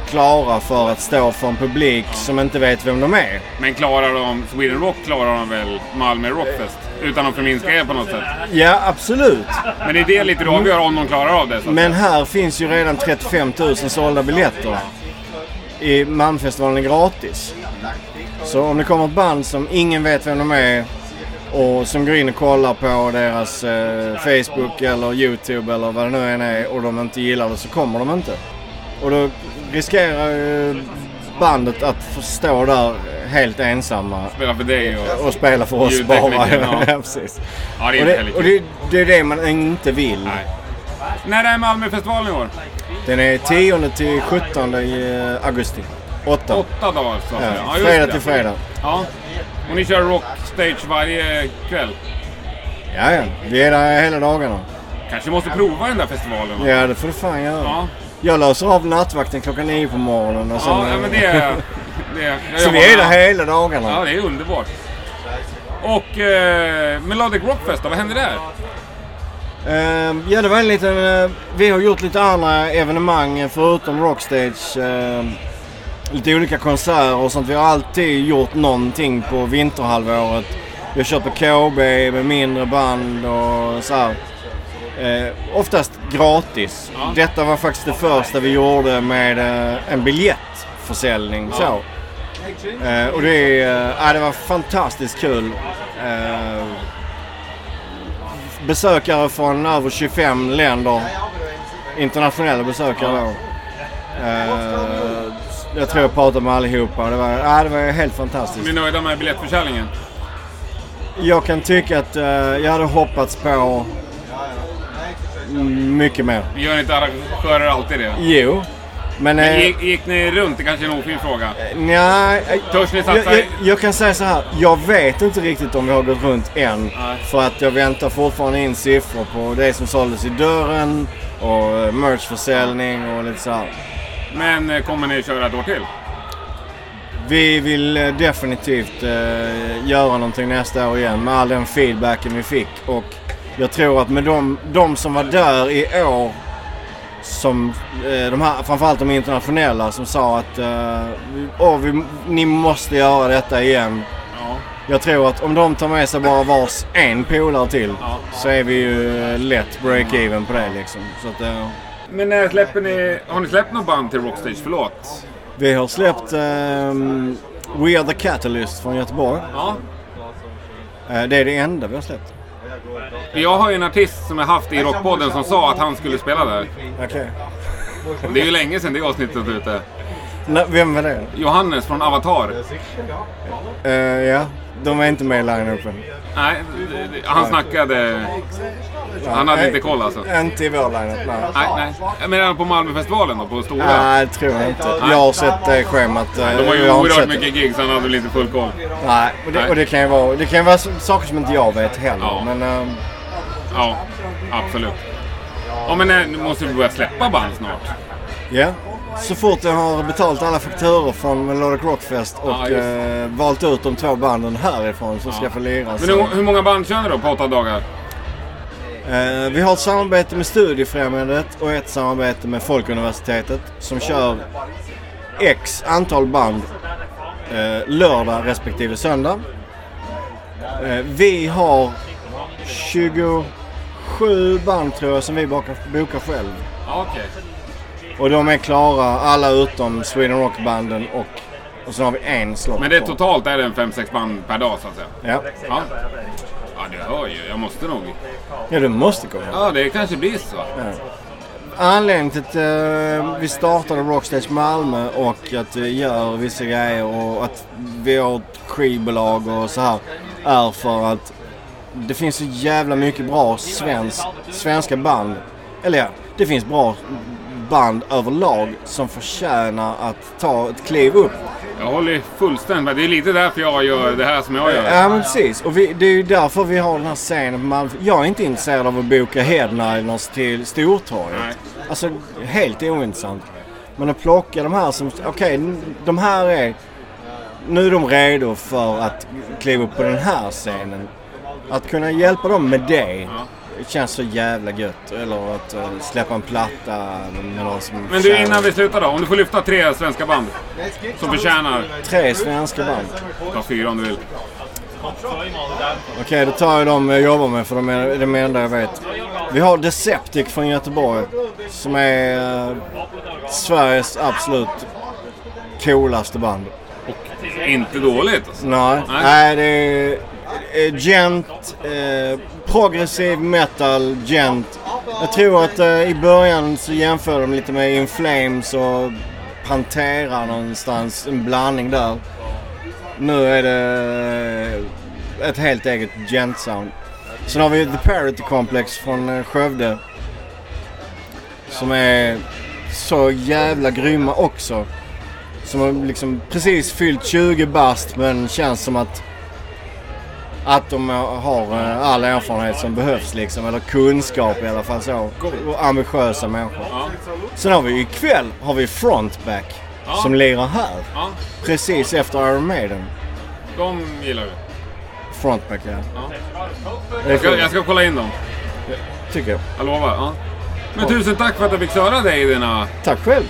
Speaker 16: klara för att stå för en publik som inte vet vem de är.
Speaker 1: Men klarar de Sweden Rock klarar de väl Malmö Rockfest? Utan att förminska er på något sätt.
Speaker 16: Ja, absolut.
Speaker 1: Men det är det lite du avgör om de klarar av det. Så. att-
Speaker 16: Men här finns ju redan 35 000 sålda biljetter. I Malmfestivalen är gratis. Så om det kommer ett band som ingen vet vem de är och som går in och kollar på deras eh, Facebook eller YouTube eller vad det nu än är och de inte gillar det så kommer de inte. Och då riskerar ju bandet att få stå där helt ensamma.
Speaker 1: Spela för dig och-
Speaker 16: och spela för oss
Speaker 1: Ljudtekniken,
Speaker 16: bara.
Speaker 1: ja.
Speaker 16: Ja, precis.
Speaker 1: Ja, det är
Speaker 16: och
Speaker 1: inte heller
Speaker 16: det, och det, det är det man inte vill.
Speaker 1: När är Malmöfestivalen i år?
Speaker 16: Den är 10 till 17 i eh, augusti. 8.
Speaker 1: Åtta dagar så att
Speaker 16: Ja,
Speaker 1: säga. alltså. just
Speaker 16: fredag
Speaker 1: det.
Speaker 16: till fredag.
Speaker 1: Ja. Och ni kör rockstage varje kväll?
Speaker 16: Ja, ja. Vi är där hela dagarna.
Speaker 1: Kanske måste prova den där festivalen? va?
Speaker 16: Ja, det får du fan göra. Jag löser av nattvakten klockan 9 på morgonen. Och sen,
Speaker 1: Ja, ja men det är... Det är jag
Speaker 16: alltså, Så
Speaker 1: jobbar
Speaker 16: vi är
Speaker 1: med-
Speaker 16: där hela dagarna.
Speaker 1: Ja, det är underbart. Och eh, Melodic Rockfest då, vad händer där?
Speaker 16: Ehm, ja, det var en liten... eh, vi har gjort lite andra evenemang eh, förutom Rockstage. ehm, lite olika konserter och sånt. Vi har alltid gjort någonting på vinterhalvåret. Vi har kört på KB med mindre band och så här. Eh, oftast gratis. Detta var faktiskt det första vi gjorde med eh, en biljettförsäljning. Så. Eh, och det, är, eh, ja, det var fantastiskt kul. Eh, besökare från över 25 länder. Internationella besökare då. Eh, jag tror jag pratade med allihopa. Det var, ja, det var helt fantastiskt.
Speaker 1: Ni är nöjda med biljettförsäljningen?
Speaker 16: Jag kan tycka att eh, jag hade hoppats på mycket mer.
Speaker 1: Gör inte arrangörer alltid det?
Speaker 16: Jo, men...
Speaker 1: Men
Speaker 16: eh,
Speaker 1: gick, gick ni runt? Det kanske är en ofin fråga.
Speaker 16: Nej, eh,
Speaker 1: Törs ni
Speaker 16: jag,
Speaker 1: satsa?
Speaker 16: jag, jag kan säga så här. Jag vet inte riktigt om vi har gått runt än. För att jag väntar fortfarande in siffror på det som såldes i dörren och eh, merchförsäljning och lite så här.
Speaker 1: Men eh, kommer ni köra ett år till?
Speaker 16: Vi vill eh, definitivt eh, göra någonting nästa år igen med all den feedbacken vi fick. Och jag tror att med de, de som var där i år, som, eh, de här, framförallt de internationella, som sa att eh, vi- åh, vi, ni måste göra detta igen. Jag tror att om de tar med sig bara vars en polare till så är vi ju eh, lätt break-even på det liksom. Så att, eh,
Speaker 1: Men när släpper ni... Har ni släppt något band till Rockstage? Förlåt.
Speaker 16: vi har släppt ehm, We Are The Catalyst från Göteborg.
Speaker 1: Ja.
Speaker 16: Eh, Det är det enda vi har släppt.
Speaker 1: Jag har ju en artist som jag haft i Rockpodden som sa att han skulle spela där.
Speaker 16: Okej.
Speaker 1: Det är ju länge sedan det avsnittet ute.
Speaker 16: Nej, Vem var det?
Speaker 1: Johannes från Avatar.
Speaker 16: Eh, ja, de är inte med i line-upen.
Speaker 1: Nej, det- det- han snackade... Han hade inte koll alltså.
Speaker 16: Inte i vår line-up, nej.
Speaker 1: Nej, nej. Jag menar på Malmöfestivalen då, på Stora?
Speaker 16: Nej, det tror jag inte.
Speaker 1: Nej.
Speaker 16: Jag har sett det schemat. eh,
Speaker 1: De har ju
Speaker 16: jag inte
Speaker 1: oerhört
Speaker 16: sett det.
Speaker 1: mycket gigs, han hade väl inte full koll.
Speaker 16: Nej, och det, och det kan ju vara, det kan ju vara s- saker som inte jag vet heller.
Speaker 1: Ja.
Speaker 16: Men, ehm,
Speaker 1: Ja, absolut. Ja, men eh, nu måste vi börja släppa band snart.
Speaker 16: Ja, så fort jag har betalt alla fakturor från Melodic Rockfest och
Speaker 1: Ja, just.
Speaker 16: eh, valt ut de två banden härifrån som ska få lira.
Speaker 1: Men
Speaker 16: så-
Speaker 1: hur, hur många band kör ni då på åtta dagar?
Speaker 16: Eh, vi har ett samarbete med Studiefrämjandet och ett samarbete med Folkuniversitetet som kör x antal band eh, lördag respektive söndag. Eh, vi har 27 band tror jag som vi bokar, bokar själv.
Speaker 1: Ja, okej.
Speaker 16: Och de är klara, alla utom Sweden Rock-banden och, och så har vi en slott
Speaker 1: Men det är
Speaker 16: kvar.
Speaker 1: totalt är det en 5-6 band per dag så att säga?
Speaker 16: Ja.
Speaker 1: Ja, ja du hör ju. Jag måste nog.
Speaker 16: Ja, du måste komma.
Speaker 1: Ja, det kanske blir så.
Speaker 16: Anledningen till att eh, vi startade Rockstage Malmö och att vi gör vissa grejer och att vi har ett skivbolag och så här är för att det finns så jävla mycket bra svensk, svenska band. Eller ja, det finns bra band överlag som förtjänar att ta ett kliv upp.
Speaker 1: Jag håller fullständigt med. Det är lite därför jag gör det här som jag gör.
Speaker 16: Ja men precis. Och vi, det är ju därför vi har den här scenen på Malmö. Jag är inte intresserad av att boka headliners till Stortorget. Alltså helt ointressant. Men att plocka de här som... Okej, n- de här är... Nu är de redo för att kliva upp på den här scenen. Att kunna hjälpa dem med det. Känns så jävla gött. Eller att eh, släppa en platta med någon som...
Speaker 1: Men du, innan vi slutar då. Om du får lyfta tre svenska band som förtjänar...
Speaker 16: Tre svenska band.
Speaker 1: Ta fyra om du vill.
Speaker 16: Okej, då tar jag dem jag jobbar med för de är de är det enda jag vet. Vi har Deceptic från Göteborg som är eh, Sveriges absolut coolaste band.
Speaker 1: Inte dåligt.
Speaker 16: Nej,
Speaker 1: Nej.
Speaker 16: Nej det är eh, gent, eh, progressiv metal, gent. Jag tror att eh, i början så jämför de lite med In Flames och Pantera någonstans, en blandning där. Nu är det eh, ett helt eget gent-sound. Sen har vi The Parity Complex från eh, Skövde. Som är så jävla grymma också. Som har liksom precis fyllt 20 bast men känns som att att de har eh, all erfarenhet som behövs liksom, eller kunskap i alla fall så. Och ambitiösa människor. Sen har vi ikväll har vi Frontback som lirar här.
Speaker 15: Ja.
Speaker 16: Precis efter Iron Maiden.
Speaker 15: De gillar vi.
Speaker 16: Frontback ja.
Speaker 15: Ja.
Speaker 16: Det är
Speaker 15: Jag, ska,
Speaker 16: skönt.
Speaker 15: jag ska kolla in dem.
Speaker 16: Tycker jag.
Speaker 15: Jag lovar. Ja. Men tusen tack för att jag fick höra dig i dina...
Speaker 16: Tack själv.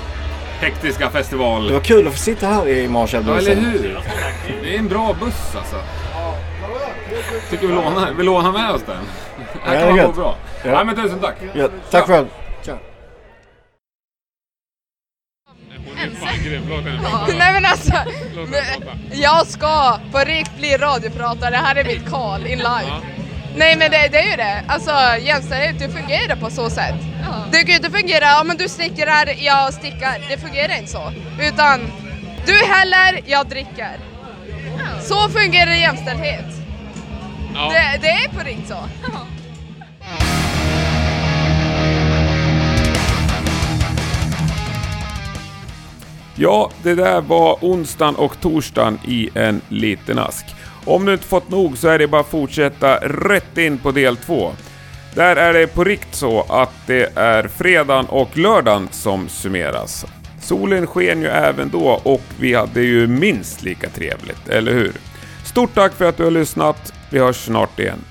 Speaker 15: Hektiska
Speaker 16: Det
Speaker 15: festival.
Speaker 16: var kul att få sitta här i
Speaker 15: Ja,
Speaker 16: Marshallbussen.
Speaker 15: eller hur? Det är en bra buss alltså. Tycker vi lånar, vi lånar med oss den.
Speaker 16: Ja, det
Speaker 15: Här
Speaker 16: är
Speaker 15: kan man gå
Speaker 16: gött.
Speaker 15: bra.
Speaker 16: Ja.
Speaker 15: Nej men tusen tack.
Speaker 16: Ja, tack själv. Tja.
Speaker 17: Nej men alltså, nej, jag ska på riktigt bli radiopratare, här är mitt call in live. Nej men det, det är ju det, alltså jämställdhet, det fungerar på så sätt. Det kan ju inte fungera, ja men du snickrar, jag stickar, det fungerar inte så. Utan, du häller, jag dricker. Så fungerar jämställdhet.
Speaker 18: Ja.
Speaker 17: Det, det är på riktigt så.
Speaker 1: Ja, det där var onsdagen och torsdagen i en liten ask. Om du inte fått nog så är det bara att fortsätta rätt in på del två. Där är det på rikt så att det är fredagen och lördagen som summeras. Solen sken ju även då och vi hade ju minst lika trevligt, eller hur? Stort tack för att du har lyssnat. Vi hörs snart igen.